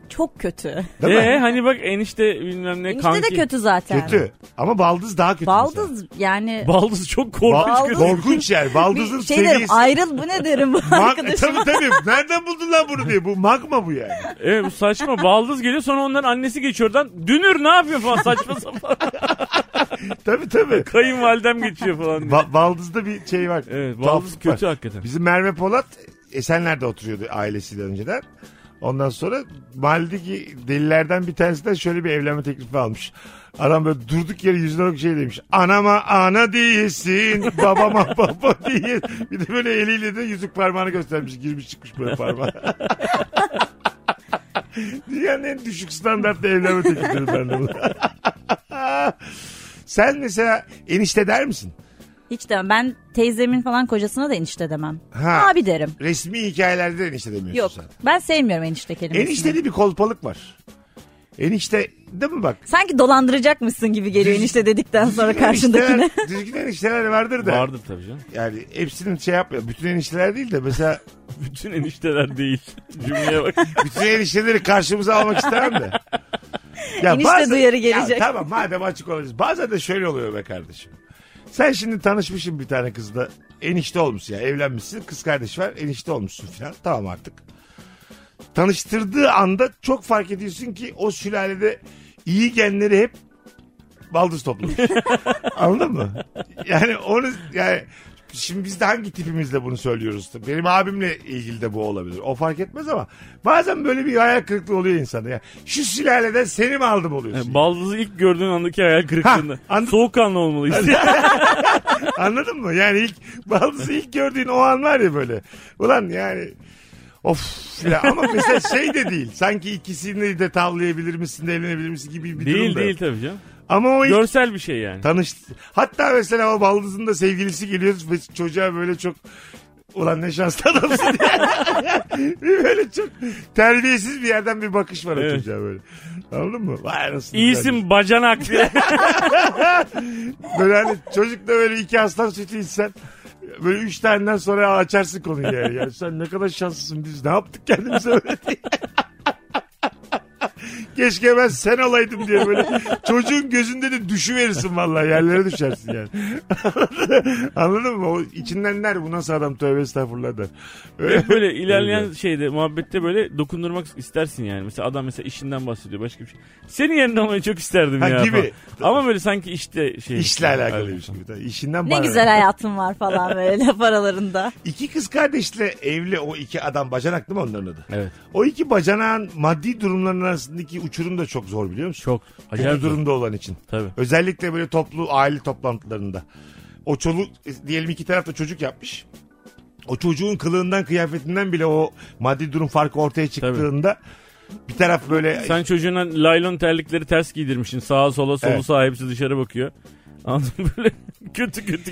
Speaker 4: Çok kötü.
Speaker 3: Değil mi?
Speaker 5: Ee, hani bak enişte bilmem ne
Speaker 4: Enişte
Speaker 5: kanki.
Speaker 4: de kötü zaten.
Speaker 3: Kötü. Ama baldız daha kötü. mesela.
Speaker 4: Baldız yani.
Speaker 5: Baldız çok
Speaker 3: Ba-
Speaker 5: korkunç
Speaker 4: Baldız-
Speaker 5: kötü.
Speaker 3: Korkunç yani. Baldızın
Speaker 4: bir şey derim
Speaker 3: seviyesi.
Speaker 4: ayrıl bu ne derim bu
Speaker 3: Mag- E,
Speaker 4: arkadaşım.
Speaker 3: tabii tabii. Nereden buldun lan bunu diye. Bu magma bu yani.
Speaker 5: Evet Ee, bu saçma. Baldız geliyor sonra onların annesi geçiyor oradan. Dünür ne yapıyor falan saçma sapan. <laughs>
Speaker 3: Tabii tabii.
Speaker 5: Kayınvalidem geçiyor falan. diye.
Speaker 3: Ba- Baldız'da bir şey var.
Speaker 5: Evet
Speaker 3: Tuhaflık
Speaker 5: baldız
Speaker 3: var.
Speaker 5: kötü hakikaten.
Speaker 3: Bizim Merve Polat e, Esenler'de oturuyordu ailesiyle önceden. Ondan sonra mahalledeki delilerden bir tanesinden şöyle bir evlenme teklifi almış. Adam böyle durduk yere yüzüne bak şey demiş. Anama ana değilsin, babama <laughs> baba değil. Bir de böyle eliyle de yüzük parmağını göstermiş. Girmiş çıkmış böyle parmağı. <laughs> Dünyanın en düşük standartlı evlenme teklifleri bende bu. <laughs> Sen mesela enişte der misin?
Speaker 4: Hiç demem. Ben teyzemin falan kocasına da enişte demem.
Speaker 3: Ha.
Speaker 4: Abi derim.
Speaker 3: Resmi hikayelerde de enişte demiyorsun
Speaker 4: Yok.
Speaker 3: sen.
Speaker 4: Ben sevmiyorum enişte kelimesini.
Speaker 3: Eniştede bir kolpalık var. Enişte değil mi bak?
Speaker 4: Sanki dolandıracakmışsın gibi geliyor
Speaker 3: Düz-
Speaker 4: enişte dedikten sonra
Speaker 3: Düzgün
Speaker 4: karşındakine. <laughs>
Speaker 3: enişteler- Düzgün enişteler vardır da.
Speaker 5: Vardır tabii canım.
Speaker 3: Yani hepsinin şey yapmıyor. Bütün enişteler değil de mesela
Speaker 5: Bütün enişteler değil. <laughs> Cümleye bak.
Speaker 3: bütün enişteleri karşımıza almak istemem de. Ya
Speaker 4: <laughs> Enişte duyarı
Speaker 3: Ya
Speaker 4: gelecek.
Speaker 3: tamam madem açık olacağız. Bazen de şöyle oluyor be kardeşim. Sen şimdi tanışmışsın bir tane kızla. Enişte olmuşsun ya evlenmişsin. Kız kardeş var enişte olmuşsun falan. Tamam artık. Tanıştırdığı anda çok fark ediyorsun ki o sülalede iyi genleri hep baldız toplamış. Anladın mı? Yani onu yani şimdi biz de hangi tipimizle bunu söylüyoruz? Benim abimle ilgili de bu olabilir. O fark etmez ama bazen böyle bir hayal kırıklığı oluyor insanda. ya. şu sülaleden seni mi aldım oluyorsun?
Speaker 5: Yani Baldız'ı ilk gördüğün andaki hayal kırıklığında.
Speaker 3: Ha, an-
Speaker 5: Soğukkanlı olmalıyız.
Speaker 3: <laughs> Anladın mı? Yani ilk baldızı ilk gördüğün o an var ya böyle. Ulan yani of ya ama mesela şey de değil. Sanki ikisini de tavlayabilir misin de evlenebilir misin gibi bir durum
Speaker 5: değil
Speaker 3: da.
Speaker 5: değil tabii canım.
Speaker 3: Ama o ilk
Speaker 5: Görsel bir şey yani.
Speaker 3: tanıştı. Hatta mesela o baldızın da sevgilisi geliyor ve çocuğa böyle çok ulan ne şanslı adamsın <laughs> diye. bir böyle çok terbiyesiz bir yerden bir bakış var o
Speaker 5: Evet.
Speaker 3: çocuğa böyle. Anladın mı? Vay nasıl güzelmiş.
Speaker 5: İyisin bacanak
Speaker 3: <laughs>
Speaker 5: diye.
Speaker 3: Böyle hani çocukla böyle iki aslan sütü içsen böyle üç taneden sonra açarsın konuyu yani. Ya sen ne kadar şanslısın biz ne yaptık kendimize öyle diye. <laughs> Keşke ben sen olaydım diye böyle çocuğun gözünde de düşüverirsin vallahi yerlere düşersin yani. <laughs> Anladın mı? O içinden der bu nasıl adam tövbe estağfurullah der. Öyle
Speaker 5: böyle ilerleyen şeyde muhabbette böyle dokundurmak istersin yani. Mesela adam mesela işinden bahsediyor başka bir şey. Senin yerinde olmayı çok isterdim
Speaker 3: Ha,
Speaker 5: ya.
Speaker 3: gibi.
Speaker 5: falan. Ama böyle sanki işte şey.
Speaker 3: işle alakalıymış gibi. İşinden
Speaker 4: Ne
Speaker 3: bana
Speaker 4: güzel
Speaker 3: ver.
Speaker 4: hayatım var falan böyle <laughs> laf aralarında.
Speaker 3: İki kız kardeşle evli o iki adam bacanak değil mi onların adı?
Speaker 5: Evet.
Speaker 3: O iki bacanağın maddi durumların arasındaki uçurum da çok zor biliyor musun?
Speaker 5: Çok
Speaker 3: Kötü
Speaker 5: acayip durum.
Speaker 3: durumda olan için.
Speaker 5: Tabii.
Speaker 3: Özellikle böyle toplu aile toplantılarında. O çoluk e, diyelim iki tarafta çocuk yapmış. O çocuğun kılığından kıyafetinden bile o maddi durum farkı ortaya çıktığında bir taraf böyle
Speaker 5: Sen çocuğuna laylon terlikleri ters giydirmişsin. Sağa sola solu
Speaker 3: Evet.
Speaker 5: sağa hepsi dışarı bakıyor. Anladın mı? <laughs> Böyle kötü kötü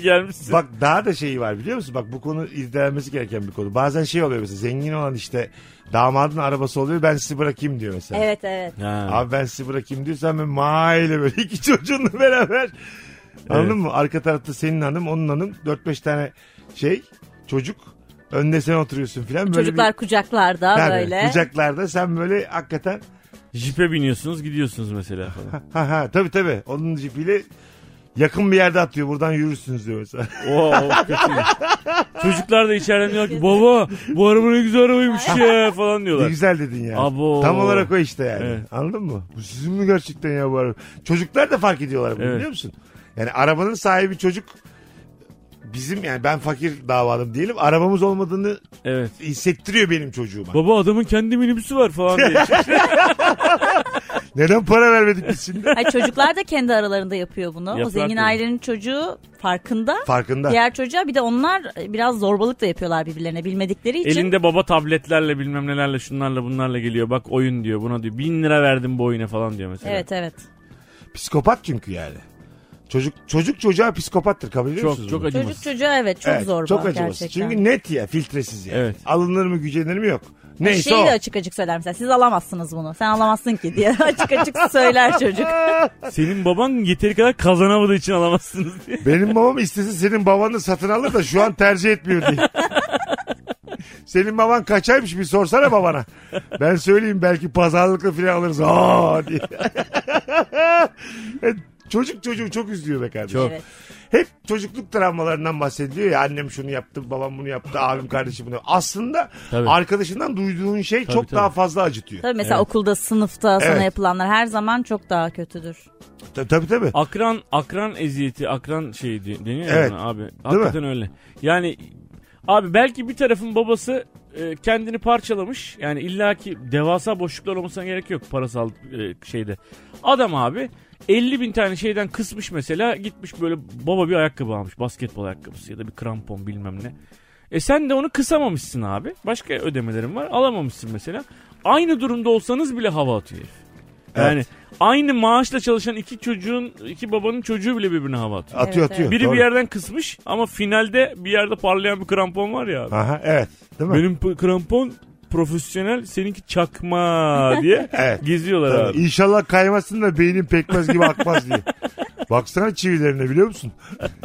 Speaker 3: <laughs>
Speaker 5: gelmişsin.
Speaker 3: Bak daha da şeyi var biliyor musun? Bak bu konu izlenmesi gereken bir konu. Bazen şey oluyor mesela zengin olan işte damadın arabası oluyor ben sizi bırakayım diyor mesela.
Speaker 4: Evet evet.
Speaker 5: Ha.
Speaker 3: Abi ben sizi bırakayım diyorsan ben mahalle böyle <laughs> iki çocuğunla beraber. Anladın
Speaker 5: Evet.
Speaker 3: mı? Arka tarafta senin hanım, onun hanım. 4-5 tane şey, çocuk. Önde sen oturuyorsun filan. Böyle
Speaker 4: Çocuklar kucaklarda
Speaker 3: bir, Tabii,
Speaker 4: böyle.
Speaker 3: Kucaklarda sen böyle hakikaten
Speaker 5: Jipe biniyorsunuz gidiyorsunuz mesela
Speaker 3: <laughs>
Speaker 5: falan.
Speaker 3: ha ha tabii tabii onun jipiyle yakın bir yerde atıyor buradan yürürsünüz diyor mesela.
Speaker 5: Oo, o kötüymüş. Çocuklar da içeriden diyor ki baba bu araba ne güzel arabaymış ya falan
Speaker 3: ne
Speaker 5: diyorlar.
Speaker 3: güzel dedin yani.
Speaker 5: Abo.
Speaker 3: Tam olarak o işte yani.
Speaker 5: Evet.
Speaker 3: Anladın mı? Bu sizin mi gerçekten ya bu araba? Çocuklar da fark ediyorlar bunu
Speaker 5: Evet.
Speaker 3: biliyor musun? Yani arabanın sahibi çocuk bizim yani ben fakir davalım diyelim arabamız olmadığını
Speaker 5: Evet.
Speaker 3: hissettiriyor benim çocuğuma.
Speaker 5: Baba adamın kendi minibüsü var falan diye.
Speaker 3: Neden para vermedik biz
Speaker 5: <laughs>
Speaker 3: şimdi?
Speaker 4: Ay, çocuklar da kendi aralarında yapıyor bunu. o
Speaker 5: Yapıyorlar
Speaker 4: zengin
Speaker 5: tabii.
Speaker 4: ailenin çocuğu farkında.
Speaker 3: Farkında.
Speaker 4: Diğer çocuğa bir de onlar biraz zorbalık da yapıyorlar birbirlerine bilmedikleri için.
Speaker 5: Elinde baba tabletlerle bilmem nelerle şunlarla bunlarla geliyor. Bak oyun diyor buna diyor. Bin lira verdim bu oyuna falan diyor mesela.
Speaker 4: Evet evet.
Speaker 3: Psikopat çünkü yani. Çocuk çocuk çocuğa psikopattır kabul ediyor
Speaker 5: Çok
Speaker 3: musunuz
Speaker 5: çok
Speaker 3: bunu?
Speaker 5: acımasız.
Speaker 4: Çocuk çocuğa evet çok
Speaker 3: Evet,
Speaker 4: zorba
Speaker 3: Çok acımasız.
Speaker 4: gerçekten.
Speaker 3: Çünkü net ya filtresiz yani.
Speaker 5: Evet.
Speaker 3: Alınır mı gücenir mi yok. Neyse
Speaker 4: Şeyi
Speaker 3: o.
Speaker 4: şey de açık açık söyler mesela siz alamazsınız bunu sen alamazsın ki diye <laughs> açık açık söyler çocuk.
Speaker 5: Senin baban yeteri kadar kazanamadığı için alamazsınız diye.
Speaker 3: Benim babam istese senin babanı satın alır da şu an tercih etmiyor diye. senin baban kaçaymış bir sorsana babana. Ben söyleyeyim belki pazarlıkla filan alırız. Aa diye. E, Çocuk çocuğu çok üzülüyor be kardeşim.
Speaker 5: Çok.
Speaker 4: Evet.
Speaker 3: Hep çocukluk travmalarından bahsediliyor ya annem şunu yaptı, babam bunu yaptı, abim kardeşim bunu. Aslında
Speaker 5: Tabii.
Speaker 3: arkadaşından duyduğun şey
Speaker 5: Tabii,
Speaker 3: çok
Speaker 5: tabii.
Speaker 3: daha fazla acıtıyor.
Speaker 4: Tabii mesela okulda sınıfta sana
Speaker 3: Evet.
Speaker 4: yapılanlar her zaman çok daha kötüdür.
Speaker 3: Tabii tabii. tabii.
Speaker 5: Akran akran eziyeti, akran şeyi de- deniyor
Speaker 3: Evet.
Speaker 5: evet. abi. Hakikaten öyle. Yani abi belki bir tarafın babası e, kendini parçalamış. Yani illaki devasa boşluklar olmasına gerek yok parasal e, şeyde. Adam abi 50 bin tane şeyden kısmış mesela gitmiş böyle baba bir ayakkabı almış basketbol ayakkabısı ya da bir krampon bilmem ne. E sen de onu kısamamışsın abi. Başka ödemelerin var alamamışsın mesela. Aynı durumda olsanız bile hava atıyor herif. Yani
Speaker 3: Evet.
Speaker 5: aynı maaşla çalışan iki çocuğun, iki babanın çocuğu bile birbirine hava atıyor.
Speaker 3: Atıyor
Speaker 4: Evet,
Speaker 3: atıyor.
Speaker 5: Biri
Speaker 3: Doğru.
Speaker 5: bir yerden kısmış ama finalde bir yerde parlayan bir krampon var ya. abi.
Speaker 3: Aha, evet. Değil mi?
Speaker 5: Benim p- krampon profesyonel seninki çakma <laughs> diye
Speaker 3: Evet.
Speaker 5: geziyorlar
Speaker 3: Tabii.
Speaker 5: abi.
Speaker 3: İnşallah kaymasın da beynin pekmez gibi akmaz
Speaker 5: <laughs>
Speaker 3: diye. Baksana çivilerine biliyor musun? <laughs>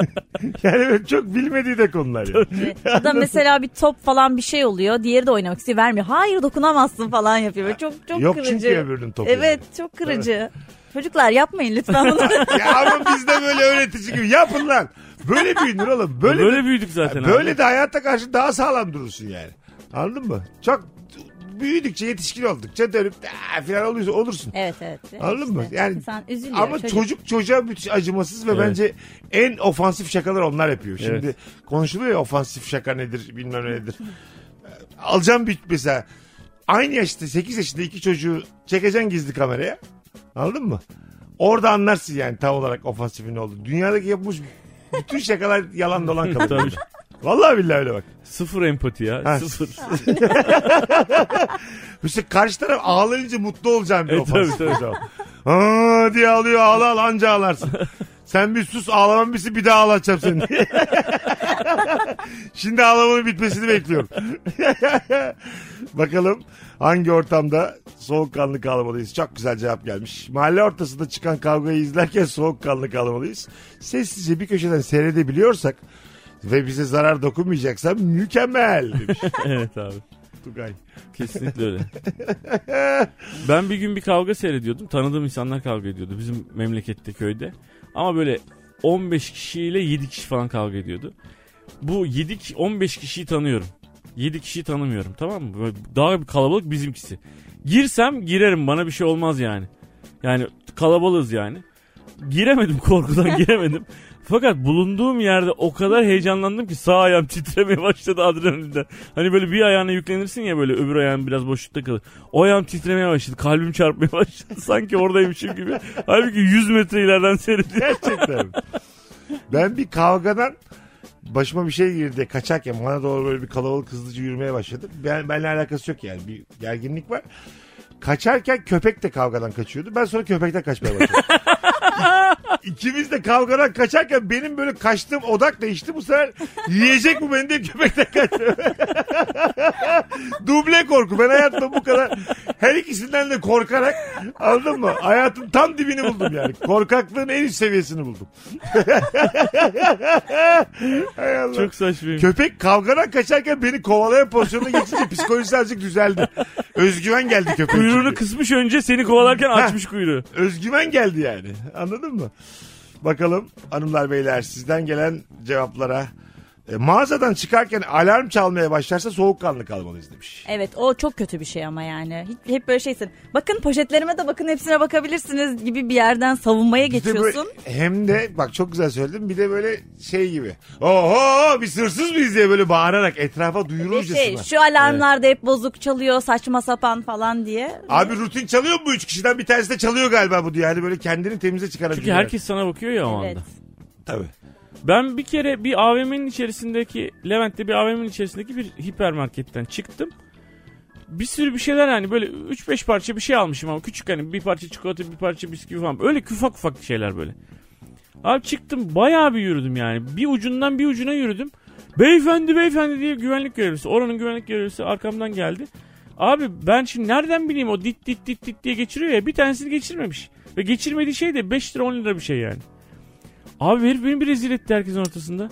Speaker 3: yani böyle çok bilmediği de konular. ya.
Speaker 4: Ya da mesela bir top falan bir şey oluyor. Diğeri de oynamak istiyor. Vermiyor. Hayır dokunamazsın falan yapıyor. Böyle çok çok
Speaker 3: Yok
Speaker 4: kırıcı.
Speaker 3: çünkü öbürünün topu.
Speaker 4: Evet çok kırıcı. Çocuklar yapmayın lütfen bunu.
Speaker 3: ya ama biz de böyle öğretici gibi yapın lan. Böyle büyünür oğlum. Böyle,
Speaker 5: Böyle,
Speaker 3: böyle, de,
Speaker 5: büyüdük zaten abi.
Speaker 3: böyle de hayata karşı daha sağlam durursun yani. Anladın mı? Çok büyüdükçe yetişkin oldukça dönüp "Aa!" falan oluyorsun, olursun.
Speaker 4: evet evet. evet
Speaker 3: Anladın mı?
Speaker 4: işte.
Speaker 3: Yani-
Speaker 4: İnsan üzülüyor.
Speaker 3: Ama çocuk. çocuğa müthiş acımasız ve
Speaker 5: Evet.
Speaker 3: bence en ofansif şakalar onlar yapıyor. Şimdi
Speaker 5: Evet.
Speaker 3: konuşuluyor ya ofansif şaka nedir bilmem ne nedir. Ee, Alacağım bir mesela aynı yaşta 8 yaşında iki çocuğu çekeceksin gizli kameraya. Anladın mı? Orada anlarsın yani tam olarak ofansifin ne oldu. Dünyadaki yapılmış bütün şakalar yalan dolan kalıyor.
Speaker 5: <laughs> Tabii.
Speaker 3: Vallahi billahi öyle bak.
Speaker 5: Sıfır empati ya.
Speaker 3: Ha.
Speaker 5: Sıfır. <laughs>
Speaker 3: İşte karşı taraf ağlayınca mutlu olacağım bir
Speaker 5: E,
Speaker 3: ofans.
Speaker 5: tabii, tabii.
Speaker 3: O zaman. <laughs> Aa diye ağlıyor ağla ağla anca ağlarsın. Sen bir sus ağlamam birisi bir daha ağlatacağım seni. <laughs> Şimdi ağlamanın bitmesini bekliyorum. <laughs> Bakalım hangi ortamda soğukkanlı kalmalıyız. Çok güzel cevap gelmiş. Mahalle ortasında çıkan kavgayı izlerken soğukkanlı kalmalıyız. Sessizce bir köşeden seyredebiliyorsak ve bize zarar dokunmayacaksa mükemmel demiş
Speaker 5: evet abi.
Speaker 3: Tugay.
Speaker 5: Kesinlikle öyle. ben bir gün bir kavga seyrediyordum. Tanıdığım insanlar kavga ediyordu bizim memlekette köyde. Ama böyle 15 kişiyle 7 kişi falan kavga ediyordu. Bu 7 ki- 15 kişiyi tanıyorum. 7 kişiyi tanımıyorum tamam mı? Böyle daha bir kalabalık bizimkisi. Girsem girerim bana bir şey olmaz yani. Yani kalabalığız yani. Giremedim <laughs> korkudan giremedim. Fakat bulunduğum yerde o kadar heyecanlandım ki sağ ayağım <laughs> titremeye başladı adrenalinden. Hani böyle bir ayağına yüklenirsin ya böyle öbür ayağın biraz boşlukta kalır. O ayağım titremeye başladı. Kalbim çarpmaya <laughs> başladı. Sanki oradaymışım gibi. Halbuki 100 metre ileriden seyrediyor.
Speaker 3: Gerçekten. ben bir kavgadan başıma bir şey girdi kaçarken bana doğru böyle bir kalabalık hızlıca yürümeye başladı. Ben, benimle alakası yok yani bir gerginlik var. Kaçarken köpek de kavgadan kaçıyordu. Ben sonra köpekten kaçmaya başladım. İkimiz de kavgadan kaçarken benim böyle kaçtığım odak değişti. Bu sefer yiyecek bu beni diye köpekten kaçtı. Duble korku. Ben hayatımda bu kadar her ikisinden de korkarak anladın mı? Hayatın tam dibini buldum yani. Korkaklığın en üst seviyesini buldum. Hay Allah.
Speaker 5: Çok saçmayım.
Speaker 3: Köpek kavgadan kaçarken beni kovalayan pozisyonuna
Speaker 5: <laughs>
Speaker 3: geçince psikolojisi azıcık düzeldi. Özgüven geldi köpeğin.
Speaker 5: Kuyruğunu
Speaker 3: çünkü.
Speaker 5: kısmış önce seni kovalarken açmış kuyruğu.
Speaker 3: Özgüven geldi yani. Anladın mı? Bakalım hanımlar beyler sizden gelen cevaplara. E, mağazadan çıkarken alarm çalmaya başlarsa soğukkanlı kalmalıyız demiş.
Speaker 4: Evet o çok kötü bir şey ama yani. Hiç- hep böyle şeysin. Bakın poşetlerime de bakın hepsine bakabilirsiniz gibi bir yerden savunmaya
Speaker 3: Bir de
Speaker 4: geçiyorsun.
Speaker 3: böyle- hem de bak çok güzel söyledim bir de böyle şey gibi. Oho biz hırsız mıyız diye böyle bağırarak etrafa
Speaker 4: Bir
Speaker 3: duyururcasına.
Speaker 4: şey şu alarmlarda hep bozuk çalıyor saçma sapan falan diye.
Speaker 3: Abi rutin çalıyor mu bu üç kişiden bir tanesi de çalıyor galiba bu diyor. Yani böyle kendini temize çıkarabiliyor.
Speaker 5: Çünkü herkes sana bakıyor ya o
Speaker 4: Evet.
Speaker 5: anda.
Speaker 3: Tabii.
Speaker 5: Ben bir kere bir AVM'nin içerisindeki Levent'te bir AVM'nin içerisindeki bir hipermarketten çıktım. Bir sürü bir şeyler hani böyle 3-5 parça bir şey almışım ama küçük hani bir parça çikolata bir parça bisküvi falan öyle ufak ufak şeyler böyle. Abi çıktım bayağı bir yürüdüm yani bir ucundan bir ucuna yürüdüm. Beyefendi beyefendi diye güvenlik görevlisi oranın güvenlik görevlisi arkamdan geldi. Abi ben şimdi nereden bileyim o dit dit dit dit diye geçiriyor ya bir tanesini geçirmemiş. Ve geçirmediği şey de 5 lira 10 lira bir şey yani. Abi herif beni bir rezil etti herkesin ortasında.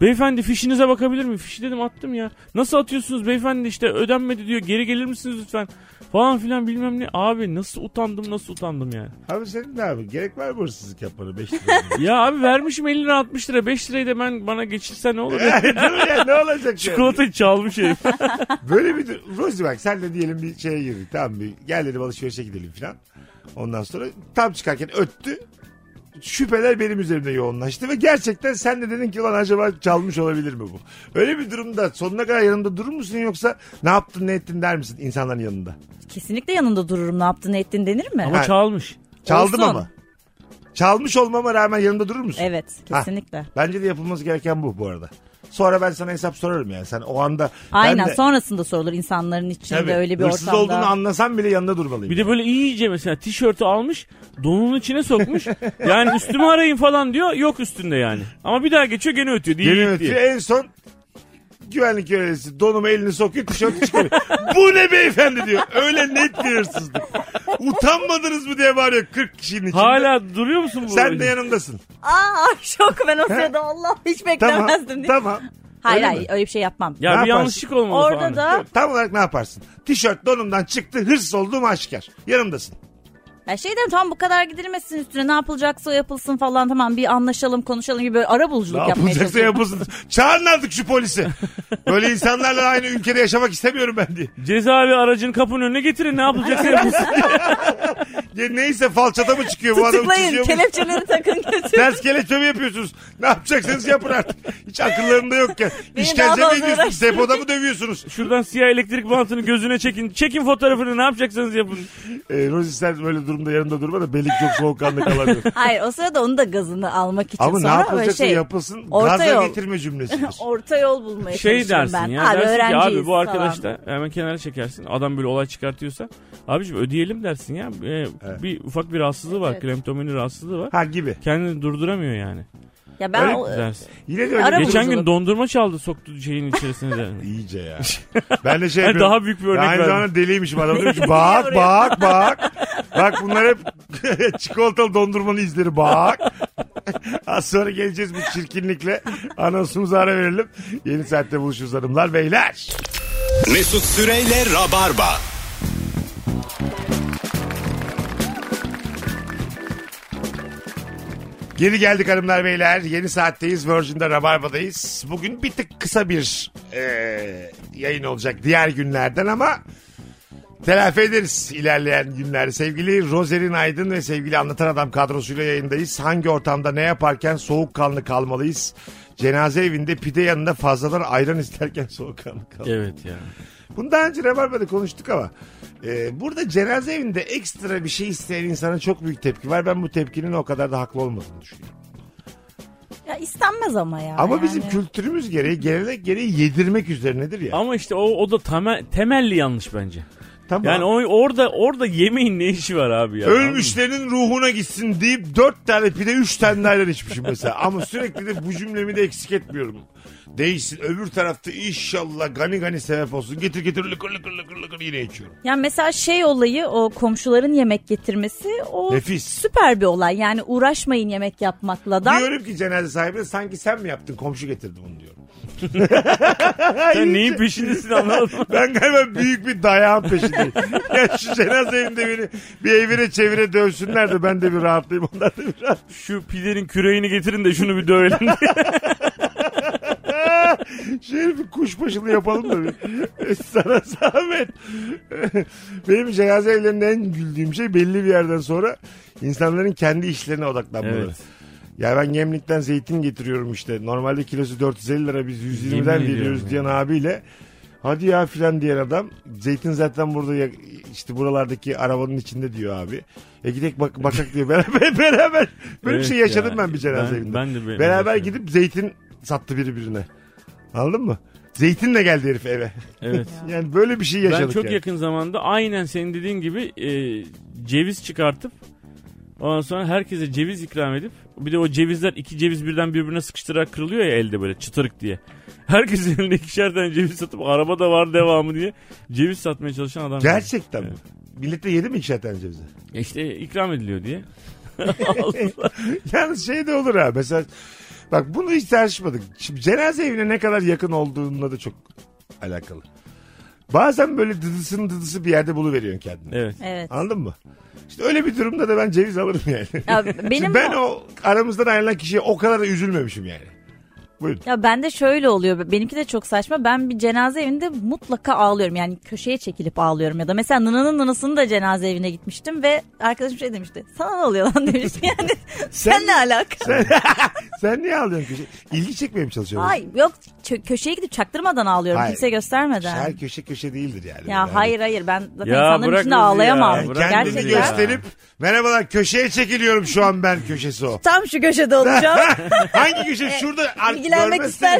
Speaker 5: Beyefendi fişinize bakabilir miyim? Fişi dedim attım ya. Nasıl atıyorsunuz beyefendi işte ödenmedi diyor. Geri gelir misiniz lütfen? Falan filan bilmem ne. Abi nasıl utandım nasıl utandım yani.
Speaker 3: Abi senin ne abi? Gerek var mı hırsızlık yapmana 5 lira?
Speaker 5: ya abi vermişim 50 lira 60 lira 5 lirayı da ben bana geçirse ne
Speaker 3: <laughs>
Speaker 5: olur?
Speaker 3: <laughs>
Speaker 5: ya?
Speaker 3: Değil mi ya? ne olacak yani?
Speaker 5: Çikolatayı
Speaker 3: <laughs>
Speaker 5: çalmış herif.
Speaker 3: Böyle bir Rozi bak sen de diyelim bir şeye girdik tamam bir gel dedim alışverişe gidelim filan. Ondan sonra tam çıkarken öttü. Şüpheler benim üzerimde yoğunlaştı ve gerçekten sen de dedin ki lan acaba çalmış olabilir mi bu? Öyle bir durumda sonuna kadar yanımda durur musun yoksa ne yaptın ne ettin der misin insanların yanında?
Speaker 4: Kesinlikle yanında dururum ne yaptın ne ettin denir mi?
Speaker 5: Ama çalmış.
Speaker 3: Çaldım
Speaker 4: Olsun.
Speaker 3: ama. Çalmış olmama rağmen yanımda durur musun?
Speaker 4: Evet kesinlikle.
Speaker 3: Bence de yapılması gereken bu bu arada. Sonra ben sana hesap sorarım yani. Sen o anda... ben
Speaker 4: Aynen
Speaker 3: de-
Speaker 4: sonrasında sorulur insanların içinde
Speaker 3: Tabii,
Speaker 4: öyle bir
Speaker 3: hırsız
Speaker 4: ortamda.
Speaker 3: olduğunu anlasam bile yanında durmalıyım.
Speaker 5: Bir de böyle iyice mesela tişörtü almış donunun içine sokmuş. Yani üstümü arayın falan diyor. Yok üstünde yani. Ama bir daha geçiyor gene ötüyor. Diye
Speaker 3: Yeni
Speaker 5: diye.
Speaker 3: ötüyor. E En son güvenlik görevlisi donuma elini sokuyor tişörtü çıkarıyor. <laughs> Bu ne beyefendi diyor. Öyle net bir hırsızlık. Utanmadınız mı diye bağırıyor 40 kişinin içinde.
Speaker 5: Hala duruyor musun bu?
Speaker 3: Sen de yanımdasın.
Speaker 4: Aa <laughs> şok ben o sırada Allah hiç
Speaker 3: Tamam.
Speaker 4: beklemezdim diye.
Speaker 3: tamam.
Speaker 4: Hayır
Speaker 3: Öyle mi?
Speaker 4: hayır öyle bir şey yapmam.
Speaker 5: Ya
Speaker 3: Ne
Speaker 5: bir
Speaker 3: yaparsın?
Speaker 5: yanlışlık olmalı
Speaker 4: Orada
Speaker 5: falan.
Speaker 4: da
Speaker 3: Tam olarak ne yaparsın? Tişört donumdan çıktı hırsız olduğum aşikar. Yanımdasın.
Speaker 4: ya şey derim tamam bu kadar gidilmesin üstüne ne yapılacaksa o yapılsın falan tamam bir anlaşalım konuşalım gibi böyle ara
Speaker 3: Ne
Speaker 4: buluculuk yapmaya
Speaker 3: yapılacaksa
Speaker 4: çalışıyorum.
Speaker 3: yapılsın. Çağırın artık şu polisi. Böyle insanlarla aynı ülkede yaşamak istemiyorum ben diye.
Speaker 5: Cezaevi aracın kapının önüne getirin ne yapacaksın?
Speaker 3: Ya neyse falçata mı çıkıyor bu adam
Speaker 4: Tıklayın
Speaker 3: çiziyor mu?
Speaker 4: kelepçeleri <laughs> takın götürün.
Speaker 3: Ters kelepçe mi yapıyorsunuz? Ne yapacaksanız yapın artık. Hiç akıllarında yokken.
Speaker 4: Beni
Speaker 3: İşkence
Speaker 4: daha
Speaker 3: mi
Speaker 4: fazla
Speaker 3: ediyorsunuz?
Speaker 4: uğraştırmayın.
Speaker 3: Depoda mı dövüyorsunuz?
Speaker 5: Şuradan siyah elektrik bantını gözüne çekin. Çekin fotoğrafını ne yapacaksanız yapın.
Speaker 3: Ee, Rozi sen böyle da yanında durma da belik çok soğukkanlı kalamıyor.
Speaker 4: Hayır o sırada onu da gazını almak için
Speaker 3: Ama ne
Speaker 4: sonra böyle
Speaker 3: yapılacaksa
Speaker 4: şey
Speaker 3: yapılsın
Speaker 4: orta
Speaker 3: gaza
Speaker 4: yol.
Speaker 3: getirme
Speaker 4: <laughs>
Speaker 3: cümlesidir.
Speaker 4: orta yol bulmaya
Speaker 5: şey
Speaker 4: çalışıyorum
Speaker 5: dersin
Speaker 4: ben.
Speaker 5: ya. dersin ki
Speaker 4: öğrenciyiz
Speaker 5: abi bu
Speaker 4: falan.
Speaker 5: arkadaş da hemen kenara çekersin. Adam böyle olay çıkartıyorsa. Abicim ödeyelim dersin ya. Ee, Bir ufak bir rahatsızlığı var.
Speaker 4: Evet.
Speaker 5: Kleptomani rahatsızlığı var.
Speaker 3: ha gibi.
Speaker 5: Kendini durduramıyor yani.
Speaker 4: Ya ben
Speaker 3: Öyle
Speaker 4: o-
Speaker 5: Dersin.
Speaker 3: Yine de öyle
Speaker 4: Ara
Speaker 3: bir-
Speaker 5: Geçen
Speaker 4: buluculuk.
Speaker 5: gün dondurma çaldı soktu şeyin içerisine. de.
Speaker 3: İyice ya. Ben de şey
Speaker 5: Ben
Speaker 3: yapıyorum.
Speaker 5: Hani daha büyük bir örnek
Speaker 3: Aynı
Speaker 5: verdim.
Speaker 3: zamanda deliymişim
Speaker 5: <laughs>
Speaker 3: adam. Diyor ki, bak bak bak. Bak bunlar hep <laughs> çikolatalı dondurmanın izleri bak. <laughs> Az sonra geleceğiz bu çirkinlikle. Anonsumuzu ara verelim. Yeni saatte buluşuruz hanımlar beyler.
Speaker 2: Mesut Süreyle Rabarba.
Speaker 3: Geri geldik hanımlar beyler. Yeni saatteyiz. Virgin'de Rabarba'dayız. Bugün bir tık kısa bir eee, yayın olacak diğer günlerden ama telafi ederiz ilerleyen günler. Sevgili Rozerin Aydın ve sevgili Anlatan Adam kadrosuyla yayındayız. Hangi ortamda ne yaparken soğukkanlı kalmalıyız? Cenaze evinde pide yanında fazladan ayran isterken soğukkanlı kalmalıyız.
Speaker 5: <laughs> evet ya.
Speaker 3: Bunu daha önce Rabarba'da konuştuk ama e, burada cenaze evinde ekstra bir şey isteyen insana çok büyük tepki var. Ben bu tepkinin o kadar da haklı olmadığını düşünüyorum.
Speaker 4: Ya istenmez ama ya.
Speaker 3: ama
Speaker 4: yani.
Speaker 3: bizim kültürümüz gereği, gelenek gereği yedirmek üzerinedir ya.
Speaker 5: Ama işte o, o da tame- temelli yanlış bence.
Speaker 3: tamam.
Speaker 5: Yani o, orada orada yemeğin ne işi var abi ya?
Speaker 3: Ölmüşlerin ruhuna gitsin deyip dört tane pide üç tane de ayran içmişim mesela. Ama sürekli de bu cümlemi de eksik etmiyorum. Değilsin. Öbür tarafta inşallah gani gani sebep olsun. Getir getir lıkır lıkır lıkır lıkır yine içiyorum.
Speaker 4: Yani mesela şey olayı o komşuların yemek getirmesi o
Speaker 3: Nefis.
Speaker 4: süper bir olay. Yani uğraşmayın yemek yapmakla da.
Speaker 3: Diyorum ki cenaze sahibine sanki sen mi yaptın komşu getirdi bunu diyorum.
Speaker 5: Sen neyin peşindesin <laughs> anladın mı?
Speaker 3: Ben galiba büyük bir dayağın peşindeyim. <laughs> ya şu cenaze evinde beni bir evire çevire dövsünler de ben de bir rahatlayayım. Onlar da bir rahat.
Speaker 5: Şu pidenin küreğini getirin de şunu bir dövelim diye.
Speaker 3: Şöyle bir kuşbaşılı yapalım da bir. E, Sana zahmet. Benim cenaze evlerinde en güldüğüm şey belli bir yerden sonra insanların kendi işlerine odaklanmaları.
Speaker 5: Evet.
Speaker 3: Ya ben Gemlik'ten zeytin getiriyorum işte. Normalde kilosu 450 lira biz
Speaker 5: Yemin
Speaker 3: 120'den
Speaker 5: ediyorum
Speaker 3: veriyoruz
Speaker 5: ya.
Speaker 3: diyen abiyle. Hadi ya filan diyen adam. Zeytin zaten burada ya- işte buralardaki arabanın içinde diyor abi. E gidek bak bakak diyor. <laughs> Beraber beraber <laughs> böyle bir
Speaker 5: Evet
Speaker 3: şey yaşadım
Speaker 5: ya.
Speaker 3: ben bir cenaze
Speaker 5: Ben-
Speaker 3: evinde.
Speaker 5: ben de böyle
Speaker 3: beraber
Speaker 5: yaşadım.
Speaker 3: gidip zeytin sattı biri birine. Anladın mı? Zeytinle geldi herif eve.
Speaker 5: Evet.
Speaker 3: Yani böyle bir şey <laughs> yaşadık.
Speaker 5: Ben çok
Speaker 3: yani.
Speaker 5: yakın zamanda aynen senin dediğin gibi e, ceviz çıkartıp ondan sonra herkese ceviz ikram edip bir de o cevizler iki ceviz birden birbirine sıkıştırarak kırılıyor ya elde böyle çıtırık diye. Herkesin <laughs> elinde ikişer tane ceviz satıp arabada var devamı diye ceviz satmaya çalışan adam.
Speaker 3: Gerçekten mi? Millet de yedi mi ikişer tane <laughs> cevizi?
Speaker 5: E İşte ikram ediliyor diye.
Speaker 3: Yalnız şey de olur ha mesela bak bunu hiç tartışmadık. Şimdi cenaze evine ne kadar yakın olduğunla da çok alakalı. Bazen böyle dıdısın dıdısı bir yerde buluveriyorsun kendini.
Speaker 5: Evet.
Speaker 4: Evet.
Speaker 3: Anladın mı? İşte öyle bir durumda da ben ceviz alırım yani.
Speaker 4: Ya
Speaker 3: <laughs> Şimdi
Speaker 4: benim
Speaker 3: ben o aramızdan ayrılan kişiye o kadar da üzülmemişim yani. Buyurun.
Speaker 4: Ya bende şöyle oluyor. Benimki de çok saçma. Ben bir cenaze evinde mutlaka ağlıyorum. Yani köşeye çekilip ağlıyorum ya da mesela Nına'nın Nına'sının da cenaze evine gitmiştim ve arkadaşım şey demişti. Sana ne oluyor lan <laughs> demişti. Yani sen ne alaka?
Speaker 3: Sen niye ağlıyorsun köşe? İlgi çekmeye mi çalışıyorsun?
Speaker 4: Ay yok çö- köşeye gidip çaktırmadan ağlıyorum.
Speaker 3: Hayır.
Speaker 4: Kimseye göstermeden.
Speaker 3: Her köşe köşe değildir yani.
Speaker 4: Ya
Speaker 3: Yani
Speaker 4: hayır hayır ben zaten
Speaker 5: Ya
Speaker 4: insanların
Speaker 5: bırak
Speaker 4: içinde
Speaker 5: bizi ya.
Speaker 4: ağlayamam.
Speaker 5: Ya
Speaker 3: Kendini
Speaker 5: Bırakın bizi
Speaker 4: Gerçekten.
Speaker 5: ya.
Speaker 3: gösterip merhabalar köşeye çekiliyorum şu an ben köşesi o.
Speaker 4: Tam şu
Speaker 3: <laughs>
Speaker 4: köşede olacağım.
Speaker 3: Hangi köşe?
Speaker 4: E,
Speaker 3: Şurada ar-
Speaker 4: İlgilenmek
Speaker 3: görmezsiniz.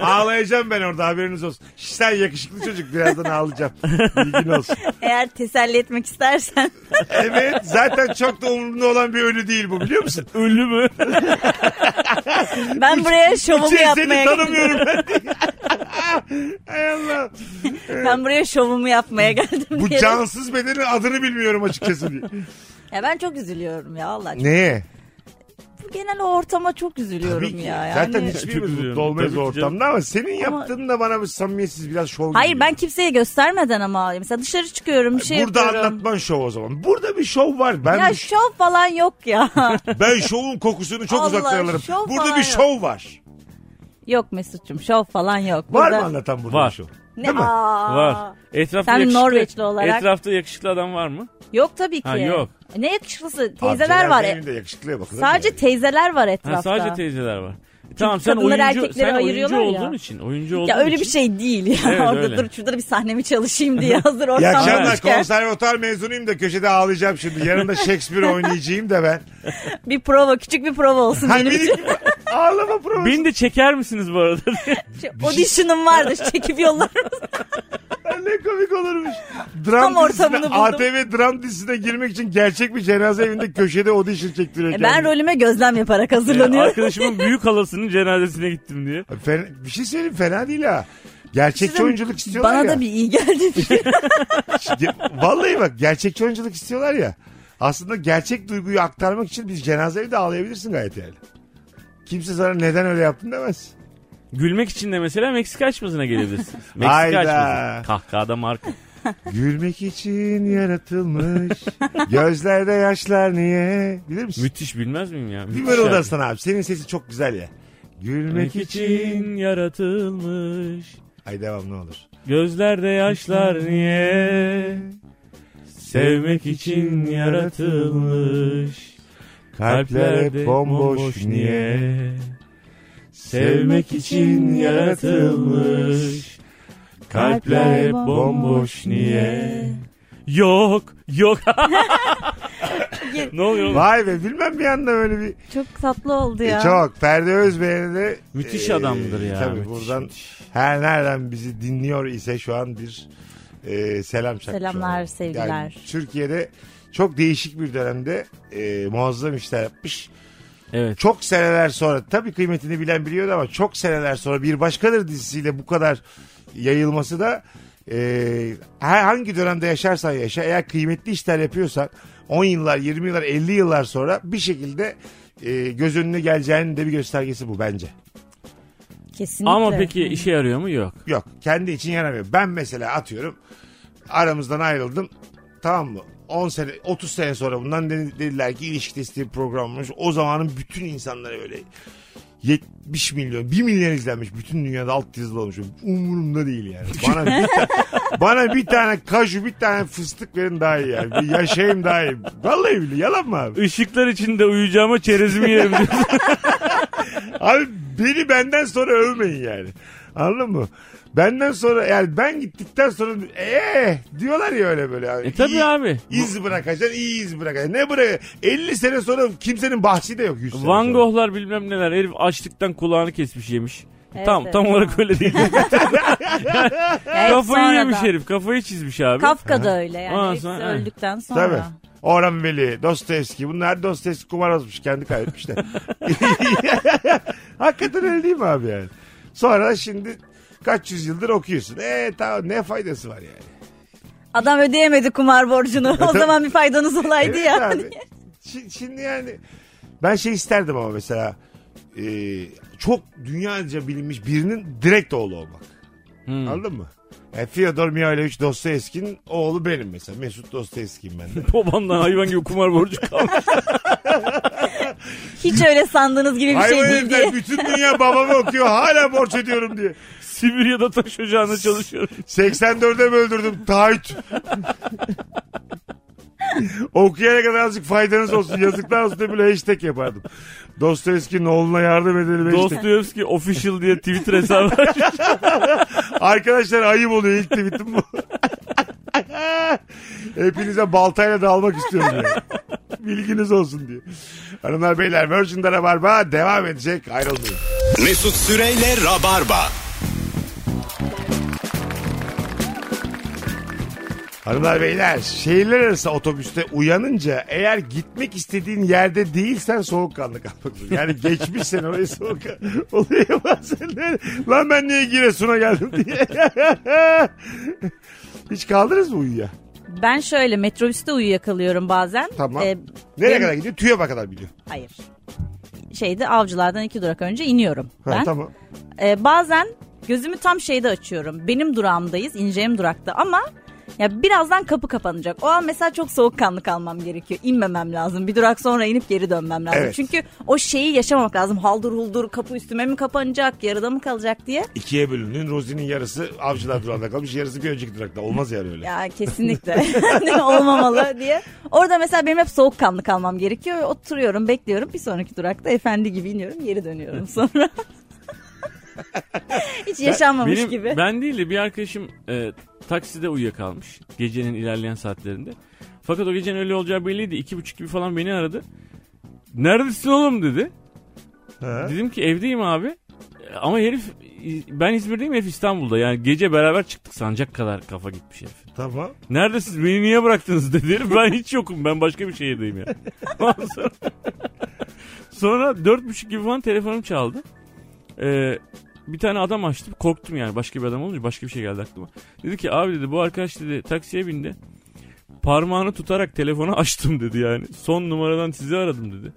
Speaker 3: <laughs> Ağlayacağım ben orada haberiniz olsun. Şş, Sen yakışıklı çocuk birazdan ağlayacağım. Bilgin olsun.
Speaker 4: Eğer teselli etmek istersen.
Speaker 3: Evet zaten çok da umurumda olan bir ölü değil bu biliyor musun?
Speaker 5: Ölü mü?
Speaker 4: Ben buraya şovumu
Speaker 3: Şey, seni
Speaker 4: yapmaya
Speaker 3: tanımıyorum ben diye. Hay Allah.
Speaker 4: Ben buraya şovumu yapmaya geldim
Speaker 3: Bu
Speaker 4: diye.
Speaker 3: cansız bedenin adını bilmiyorum açıkçası diye.
Speaker 4: Ya ben çok üzülüyorum ya Allah.
Speaker 3: Neye?
Speaker 4: Bu genel o ortama çok üzülüyorum
Speaker 3: Tabii ki.
Speaker 4: ya. Yani.
Speaker 3: Zaten hiçbirimiz
Speaker 5: Çok üzüyorum.
Speaker 3: mutlu olmayız
Speaker 5: Tabii
Speaker 3: o
Speaker 5: ki canım.
Speaker 3: ortamda ama senin yaptığın da bana bir samimiyetsiz biraz şov
Speaker 4: Hayır
Speaker 3: gibi.
Speaker 4: ben kimseye göstermeden ama mesela dışarı çıkıyorum bir şey
Speaker 3: Burada
Speaker 4: yapıyorum.
Speaker 3: anlatman şov o zaman. Burada bir şov var. Ben
Speaker 4: Ya
Speaker 3: bir-
Speaker 4: şov falan yok ya. <laughs>
Speaker 3: Ben şovun kokusunu çok
Speaker 4: Allah,
Speaker 3: uzaktan alırım.
Speaker 4: şov
Speaker 3: Burada
Speaker 4: falan
Speaker 3: bir
Speaker 4: yok.
Speaker 3: şov var.
Speaker 4: yok Mesut'cum şov falan yok.
Speaker 3: Var
Speaker 4: Burada-
Speaker 3: mı anlatan burada
Speaker 5: Var.
Speaker 3: bir şov?
Speaker 4: Ne?
Speaker 3: Değil mi?
Speaker 4: Aa.
Speaker 5: Var. Etrafta
Speaker 4: Sen
Speaker 5: yakışıklı,
Speaker 4: Norveçli olarak-
Speaker 5: Etrafta yakışıklı adam var mı?
Speaker 4: Yok tabii ki.
Speaker 5: Ha yok.
Speaker 4: Ne yakışıklısı? Teyzeler
Speaker 3: Amcalar
Speaker 4: var. e-
Speaker 3: Benim de yakışıklıya bakın.
Speaker 4: Sadece
Speaker 3: yani.
Speaker 4: teyzeler var etrafta.
Speaker 5: Ha, sadece teyzeler var. E, tamam sen
Speaker 4: kadınları
Speaker 5: oyuncu,
Speaker 4: erkekleri
Speaker 5: sen oyuncu
Speaker 4: ayırıyorlar ya.
Speaker 5: olduğun için. Oyuncu olduğun
Speaker 4: Ya öyle bir
Speaker 5: için-
Speaker 4: şey değil ya.
Speaker 5: Evet,
Speaker 4: Orada
Speaker 5: öyle.
Speaker 4: dur şurada bir sahnemi çalışayım diye hazır ortam
Speaker 3: İyi akşamlar
Speaker 4: varmışken.
Speaker 3: konservatuar mezunuyum da köşede ağlayacağım şimdi. Yarın da Shakespeare oynayacağım da ben.
Speaker 4: Bir prova küçük bir prova olsun
Speaker 3: Hani
Speaker 4: benim
Speaker 3: benim
Speaker 4: <laughs> için.
Speaker 3: gibi ağlama provası.
Speaker 5: Beni de çeker misiniz
Speaker 4: <laughs>
Speaker 5: bu arada?
Speaker 4: Audition'ım vardı çekip yollar.
Speaker 3: <laughs> Ne komik olurmuş. Dram
Speaker 4: Tam
Speaker 3: dizisine,
Speaker 4: ortamını buldum.
Speaker 3: ATV dram dizisine girmek için gerçek bir cenaze evinde köşede audition çektiriyor
Speaker 4: E,
Speaker 3: kendini.
Speaker 4: ben rolüme gözlem yaparak <laughs>
Speaker 5: Yani
Speaker 4: hazırlanıyorum.
Speaker 5: arkadaşımın büyük halasının cenazesine gittim diye.
Speaker 3: Fena- bir şey söyleyeyim fena değil ha. Gerçekçi
Speaker 4: Sizin-
Speaker 3: oyunculuk istiyorlar
Speaker 4: Bana
Speaker 3: ya.
Speaker 4: da bir iyi geldi.
Speaker 3: Ge- Vallahi bak gerçekçi oyunculuk istiyorlar ya. Aslında gerçek duyguyu aktarmak için biz cenaze evde ağlayabilirsin gayet yani. Kimse sana neden öyle yaptın demez.
Speaker 5: Gülmek için de mesela Meksika açmasına
Speaker 4: <laughs>
Speaker 5: gelebilirsiniz. Meksika
Speaker 3: Hayda.
Speaker 5: açması. Kahkahada marka.
Speaker 3: Gülmek için
Speaker 4: <laughs>
Speaker 3: yaratılmış. Gözlerde yaşlar niye? Bilir misin?
Speaker 5: Müthiş bilmez miyim ya?
Speaker 3: Bir
Speaker 5: Müthiş
Speaker 3: mırıldan
Speaker 5: şarkı.
Speaker 3: sana abi. Senin sesin çok güzel ya. Gülmek
Speaker 5: Gülmek
Speaker 3: için.
Speaker 5: için yaratılmış.
Speaker 3: Ay devam ne olur.
Speaker 5: Gözlerde yaşlar niye? Ee, Sevmek için yaratılmış. Kalpler hep bomboş niye? Sevmek için yaratılmış. Kalpler hep bomboş niye? Yok, yok. ne oluyor? oğlum?
Speaker 3: Vay be bilmem bir anda böyle bir.
Speaker 4: Çok tatlı oldu ya.
Speaker 3: E, Çok Ferdi Özbeğen'e de.
Speaker 5: Müthiş
Speaker 3: Ee,
Speaker 5: adamdır ya.
Speaker 3: Tabii
Speaker 5: müthiş,
Speaker 3: buradan
Speaker 5: müthiş.
Speaker 3: her nereden bizi dinliyor ise şu an bir e, selam çak.
Speaker 4: Selamlar, sevgiler.
Speaker 3: Türkiye'de çok değişik bir dönemde e, muazzam işler yapmış.
Speaker 5: Evet.
Speaker 3: Çok seneler sonra tabii kıymetini bilen biliyordu ama çok seneler sonra bir başkadır dizisiyle bu kadar yayılması da e, her hangi dönemde yaşarsan yaşa eğer kıymetli işler yapıyorsan 10 yıllar 20 yıllar 50 yıllar sonra bir şekilde e, göz önüne geleceğinin de bir göstergesi bu bence.
Speaker 4: Kesinlikle.
Speaker 5: Ama peki işe yarıyor mu? Yok.
Speaker 3: Yok kendi için yaramıyor. Ben mesela atıyorum aramızdan ayrıldım tamam mı? 10 sene 30 sene sonra bundan dedi- dediler ki ilişki testi programıymış. O zamanın bütün insanları böyle 70 milyon 1 milyon izlenmiş. Bütün dünyada alt yazılı olmuş. Umurumda değil yani. Bana bir, ta- bana bir tane kaju bir tane fıstık verin daha iyi yani. Bir yaşayayım daha iyi. Vallahi bile yalan mı abi?
Speaker 5: Işıklar içinde uyuyacağıma çerezimi yerim diyor.
Speaker 3: <laughs> Abi beni benden sonra övmeyin yani. Anladın mı? Benden sonra yani ben gittikten sonra ee diyorlar ya öyle böyle. Abi.
Speaker 5: E tabii
Speaker 3: İyi-
Speaker 5: abi.
Speaker 3: İz bırakacaksın iyi iz bırakacaksın. Ne bırak? 50 sene sonra kimsenin bahsi de yok 100 sene
Speaker 5: Van
Speaker 3: sonra.
Speaker 5: Gogh'lar bilmem neler. Herif açlıktan kulağını kesmiş yemiş. Tam
Speaker 4: Evet.
Speaker 5: tam olarak öyle değil.
Speaker 4: Evet,
Speaker 5: kafayı
Speaker 4: sonradan.
Speaker 5: yemiş herif. Kafayı çizmiş abi.
Speaker 4: Kafka da öyle yani.
Speaker 5: Ha,
Speaker 4: hepsi
Speaker 5: sonra-
Speaker 4: öldükten sonra.
Speaker 3: Tabii. Orhan Veli, Dostoyevski bunlar Dostoyevski kumar azmış kendi kaybetmiş de. <laughs> Hakikaten öyle değil mi abi yani? Sonra şimdi kaç yüzyıldır okuyorsun. E tamam ne faydası var yani?
Speaker 4: Adam ödeyemedi kumar borcunu. <laughs> o zaman bir faydanız olaydı
Speaker 3: Evet
Speaker 4: ya.
Speaker 3: abi. Şi- Şimdi yani ben şey isterdim ama mesela e, çok dünyaca bilinmiş birinin direkt oğlu olmak.
Speaker 5: Hmm.
Speaker 3: Anladın mı? Yani Fyodor Mihailovich Dostoyevski'nin oğlu benim mesela. Mesut Dostoyevski'yim ben de.
Speaker 5: Babamdan hayvan gibi kumar borcu kalmış.
Speaker 4: <laughs> Hiç öyle sandığınız gibi bir şey
Speaker 3: Hayvan
Speaker 4: değil
Speaker 3: herifler
Speaker 4: diye.
Speaker 3: bütün dünya babamı okuyor hala borç ödüyorum diye.
Speaker 5: Sibirya'da taş ocağında çalışıyorum.
Speaker 3: 84'e mi öldürdüm? Taahhüt. <laughs> Okuyana kadar azıcık faydanız olsun. Yazıklar olsun diye bile hashtag yapardım. Dostoyevski'nin oğluna yardım edelim hashtag.
Speaker 5: Dostoyevski official diye Twitter hesabı açmış.
Speaker 3: Arkadaşlar ayıp oluyor ilk tweetim bu. Hepinize baltayla dalmak istiyorum yani. Bilginiz olsun diye. Hanımlar beyler Virgin'de Rabarba devam edecek ayrılmayın.
Speaker 2: Mesut Süreyle Rabarba.
Speaker 3: Hanımlar beyler şehirler arası otobüste uyanınca eğer gitmek istediğin yerde değilsen soğukkanlı kalmak zorunda. Yani geçmiş sene oraya soğuk oluyor ya bazen. de. Lan ben niye Giresun'a geldim diye. <laughs> Hiç kaldınız mı uyuya?
Speaker 4: Ben şöyle metrobüste uyuyakalıyorum bazen.
Speaker 3: Tamam.
Speaker 4: Ee,
Speaker 3: Nereye
Speaker 4: benim-
Speaker 3: kadar gidiyor? TÜYAP'a kadar biliyor.
Speaker 4: Hayır. Şeyde avcılardan iki durak önce iniyorum
Speaker 3: Ha,
Speaker 4: ben.
Speaker 3: Tamam.
Speaker 4: Ee, bazen gözümü tam şeyde açıyorum. Benim durağımdayız, ineceğim durakta ama Ya birazdan kapı kapanacak. O an mesela çok soğukkanlı kalmam gerekiyor. İnmemem lazım. Bir durak sonra inip geri dönmem lazım.
Speaker 3: Evet.
Speaker 4: Çünkü o şeyi yaşamamak lazım. Haldır huldur kapı üstüme mi kapanacak, yarıda mı kalacak diye.
Speaker 3: İkiye bölünün. Rozi'nin yarısı avcılar durağında kalmış. Yarısı bir önceki durakta. Olmaz yani öyle.
Speaker 4: Ya kesinlikle <laughs> Değil mi? olmamalı diye. Orada mesela benim hep soğukkanlı kalmam gerekiyor. Oturuyorum, bekliyorum. Bir sonraki durakta efendi gibi iniyorum, geri dönüyorum sonra. Hiç yaşanmamış
Speaker 5: Benim,
Speaker 4: gibi.
Speaker 5: Ben değil de bir arkadaşım e, takside uyuyakalmış gecenin ilerleyen saatlerinde. Fakat o gecenin öyle olacağı belliydi. İki buçuk gibi falan beni aradı. Neredesin oğlum dedi.
Speaker 3: Ha?
Speaker 5: Dedim ki evdeyim abi. E, Ama herif ben İzmir'deyim herif İstanbul'da. Yani gece beraber çıktık sancak kadar kafa gitmiş herif.
Speaker 3: Tamam.
Speaker 5: Neredesiniz beni niye bıraktınız <laughs> dedi herif. Ben hiç yokum ben başka bir şehirdeyim ya. Ondan sonra, sonra dört buçuk gibi falan telefonum çaldı. Ee, bir tane adam açtı korktum yani başka bir adam olunca başka bir şey geldi aklıma. Dedi ki abi dedi bu arkadaş dedi taksiye bindi. Parmağını tutarak telefonu <laughs> açtım dedi yani. Son numaradan sizi aradım dedi.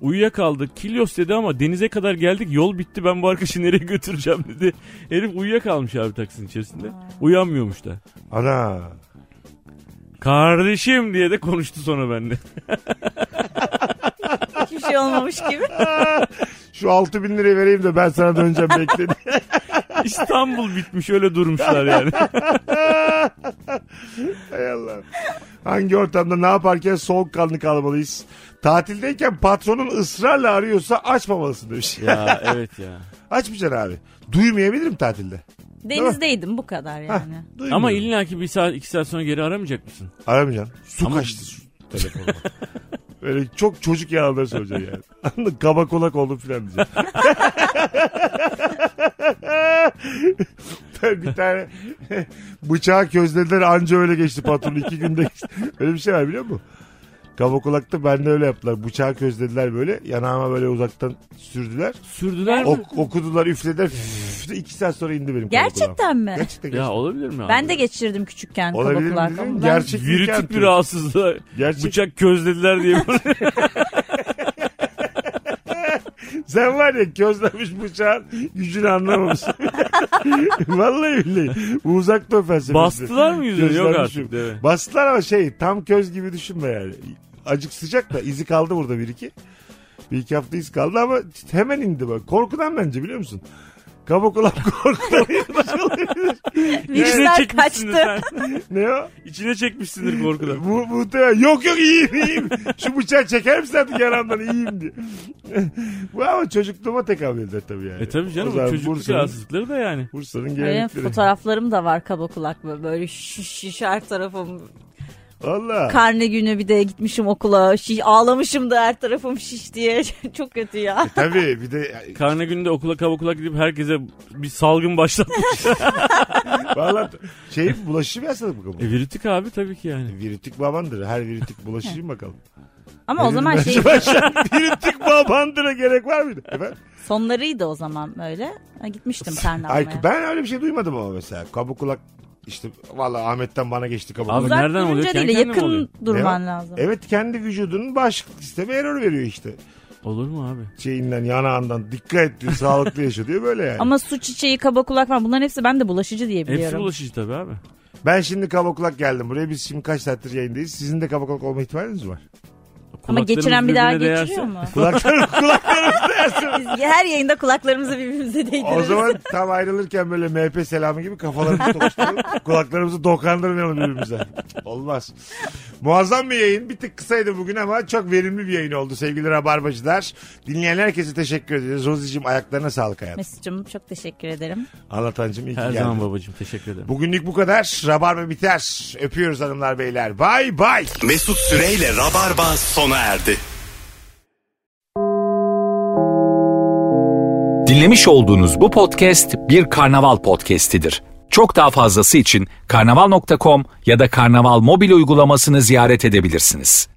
Speaker 5: Uyuyakaldık. Kilyos dedi ama denize kadar geldik. Yol bitti. Ben bu arkadaşı <laughs> nereye götüreceğim dedi. Herif uyuyakalmış abi taksinin içerisinde. Uyanmıyormuş da.
Speaker 3: Ana.
Speaker 5: Kardeşim diye de konuştu
Speaker 3: <laughs>
Speaker 5: sonra benimle.
Speaker 4: Hiçbir şey olmamış gibi.
Speaker 3: Şu altı bin lirayı vereyim de ben sana döneceğim bekle.
Speaker 5: İstanbul bitmiş öyle
Speaker 3: <laughs>
Speaker 5: durmuşlar yani.
Speaker 3: Hay Allah. Hangi ortamda ne yaparken soğukkanlı kalmalıyız? Tatildeyken patronun ısrarla arıyorsa açmamalısın demiş.
Speaker 5: ya evet ya.
Speaker 3: Açmayacaksın abi. Duymayabilirim tatilde.
Speaker 4: Denizdeydim bu kadar yani.
Speaker 3: Duymuyorum.
Speaker 5: Ama illaki bir saat iki saat sonra geri aramayacak mısın?
Speaker 3: Aramayacaksın. Su
Speaker 5: Ama-
Speaker 3: kaçtı su telefonuma. <laughs> Böyle çok çocuk yalanları söyleyeceksin yani. Anladın? Kaba kulak oldum filan diyeceksin. <laughs> Ben bir tane <laughs> bıçağı közlediler anca öyle geçti patron iki günde geçti. Öyle bir şey var biliyor musun? Kaba kulakta ben de öyle yaptılar. Bıçağı közlediler böyle. Yanağıma böyle uzaktan sürdüler.
Speaker 5: Sürdüler mi?
Speaker 3: Ok- okudular üflediler. Üf, iki saat sonra indi benim kaba kulağım.
Speaker 4: Gerçekten mi?
Speaker 3: Gerçekten.
Speaker 5: Ya
Speaker 3: gerçekten.
Speaker 5: olabilir mi abi?
Speaker 4: Ben de geçirdim küçükken kaba
Speaker 3: Olabilir
Speaker 4: kulak.
Speaker 3: mi?
Speaker 4: ama ben-
Speaker 3: Gerçek
Speaker 5: Virütik bir rahatsızlığa
Speaker 3: Gerçek-
Speaker 5: bıçak
Speaker 3: <laughs>
Speaker 5: közlediler diye.
Speaker 3: Sen var ya közlemiş bıçağın gücünü
Speaker 5: <laughs>
Speaker 3: anlamamışsın. Vallahi billahi. Bu uzak da felsefesi.
Speaker 5: Bastılar mı yüzünü? Yok
Speaker 3: Közlenmişim.
Speaker 5: artık. değil mi?
Speaker 3: Bastılar ama şey tam köz gibi düşünme yani. Acık sıcak da izi kaldı burada bir iki. Bir iki hafta iz kaldı ama hemen indi bak. Korkudan bence biliyor musun? Kaba kulak <laughs> korkudan yılbaşı olabilir.
Speaker 5: İçine
Speaker 4: Virüsler
Speaker 5: çekmişsindir
Speaker 4: kaçtı.
Speaker 5: sen.
Speaker 3: Ne o?
Speaker 5: İçine çekmişsindir korkudan.
Speaker 3: <laughs> Bu, bu da- yok yok iyiyim iyiyim. Şu bıçağı çeker misin artık yanamdan iyiyim diye. <laughs> bu ama çocukluğuma tekabül eder tabii yani.
Speaker 5: E tabii
Speaker 3: O
Speaker 5: canım
Speaker 3: zaman
Speaker 5: o çocukluk
Speaker 3: Bursa'nın-
Speaker 5: rahatsızlıkları da yani.
Speaker 3: Bursa'nın
Speaker 4: Benim
Speaker 3: gelenekleri.
Speaker 4: fotoğraflarım da var kaba kulak böyle, böyle şiş şiş her tarafım.
Speaker 3: Valla.
Speaker 4: Karne günü bir de gitmişim okula şiş, ağlamışım da her tarafım şiş diye <laughs> çok kötü ya.
Speaker 3: Tabii bir de
Speaker 5: Karne gününde okula kavukula gidip herkese bir
Speaker 3: <laughs>
Speaker 5: salgın başlatmış.
Speaker 3: valla şey bulaşıcı bir hastalık mı
Speaker 5: e,
Speaker 3: bu?
Speaker 5: virütik abi tabii ki yani.
Speaker 3: Viritik babandır. Her viritik bulaşıcı mı
Speaker 4: <laughs>
Speaker 3: bakalım?
Speaker 4: Ama o
Speaker 3: <laughs>
Speaker 4: zaman şey
Speaker 3: viritik babandıra gerek var mıydı? Efendim?
Speaker 4: sonlarıydı o zaman böyle. Ha, gitmiştim karne
Speaker 3: Ay,
Speaker 4: almaya.
Speaker 3: ben öyle bir şey duymadım ama mesela. Kabuk kulak işte valla Ahmet'ten bana geçti kabuk
Speaker 5: Abi
Speaker 3: kulak.
Speaker 4: Uzak
Speaker 5: nereden oluyor?
Speaker 4: durunca
Speaker 5: Kendi
Speaker 4: değil
Speaker 5: kendine mi
Speaker 4: yakın
Speaker 5: oluyor?
Speaker 4: durman
Speaker 3: Ne o?
Speaker 4: lazım.
Speaker 3: Evet kendi vücudunun bağışıklık sistemi error veriyor işte.
Speaker 5: Olur mu abi?
Speaker 3: Şeyinden yanağından dikkat et diyor sağlıklı yaşa diyor böyle yani.
Speaker 4: Ama su çiçeği kaba kulak falan bunların hepsi ben de bulaşıcı diye biliyorum.
Speaker 5: Hepsi bulaşıcı tabii abi.
Speaker 3: Ben şimdi kabuk kulak geldim buraya biz şimdi kaç saattir yayındayız. Sizin de kabuk kulak olma ihtimaliniz var.
Speaker 4: Ama
Speaker 5: Kulaklarımız
Speaker 4: geçiren bir daha
Speaker 5: birbirine
Speaker 4: geçiriyor
Speaker 5: değerse-
Speaker 4: mu?
Speaker 3: <laughs> Kulaklarım kulaklarım dersin.
Speaker 4: Biz her yayında kulaklarımızı birbirimize değdiririz.
Speaker 3: O zaman tam ayrılırken böyle MHP selamı gibi kafalarımızı tokuşturalım. kulaklarımızı dokandırmayalım birbirimize. Olmaz. Muazzam bir yayın. Bir tık kısaydı bugün ama çok verimli bir yayın oldu sevgili Rabarbacılar. Dinleyen herkese teşekkür ederiz. Rozi'cim ayaklarına sağlık hayatım.
Speaker 4: Mesut'cum çok teşekkür ederim.
Speaker 3: Anlatancım iyi ki
Speaker 5: Her
Speaker 3: geldin.
Speaker 5: zaman babacığım teşekkür ederim.
Speaker 3: Bugünlük bu kadar. Rabarba biter. Öpüyoruz hanımlar beyler. Bay bay.
Speaker 2: Mesut Süreyle Rabarba sona erdi.
Speaker 1: Dinlemiş olduğunuz bu podcast bir karnaval podcastidir. Çok daha fazlası için karnaval.com ya da karnaval mobil uygulamasını ziyaret edebilirsiniz.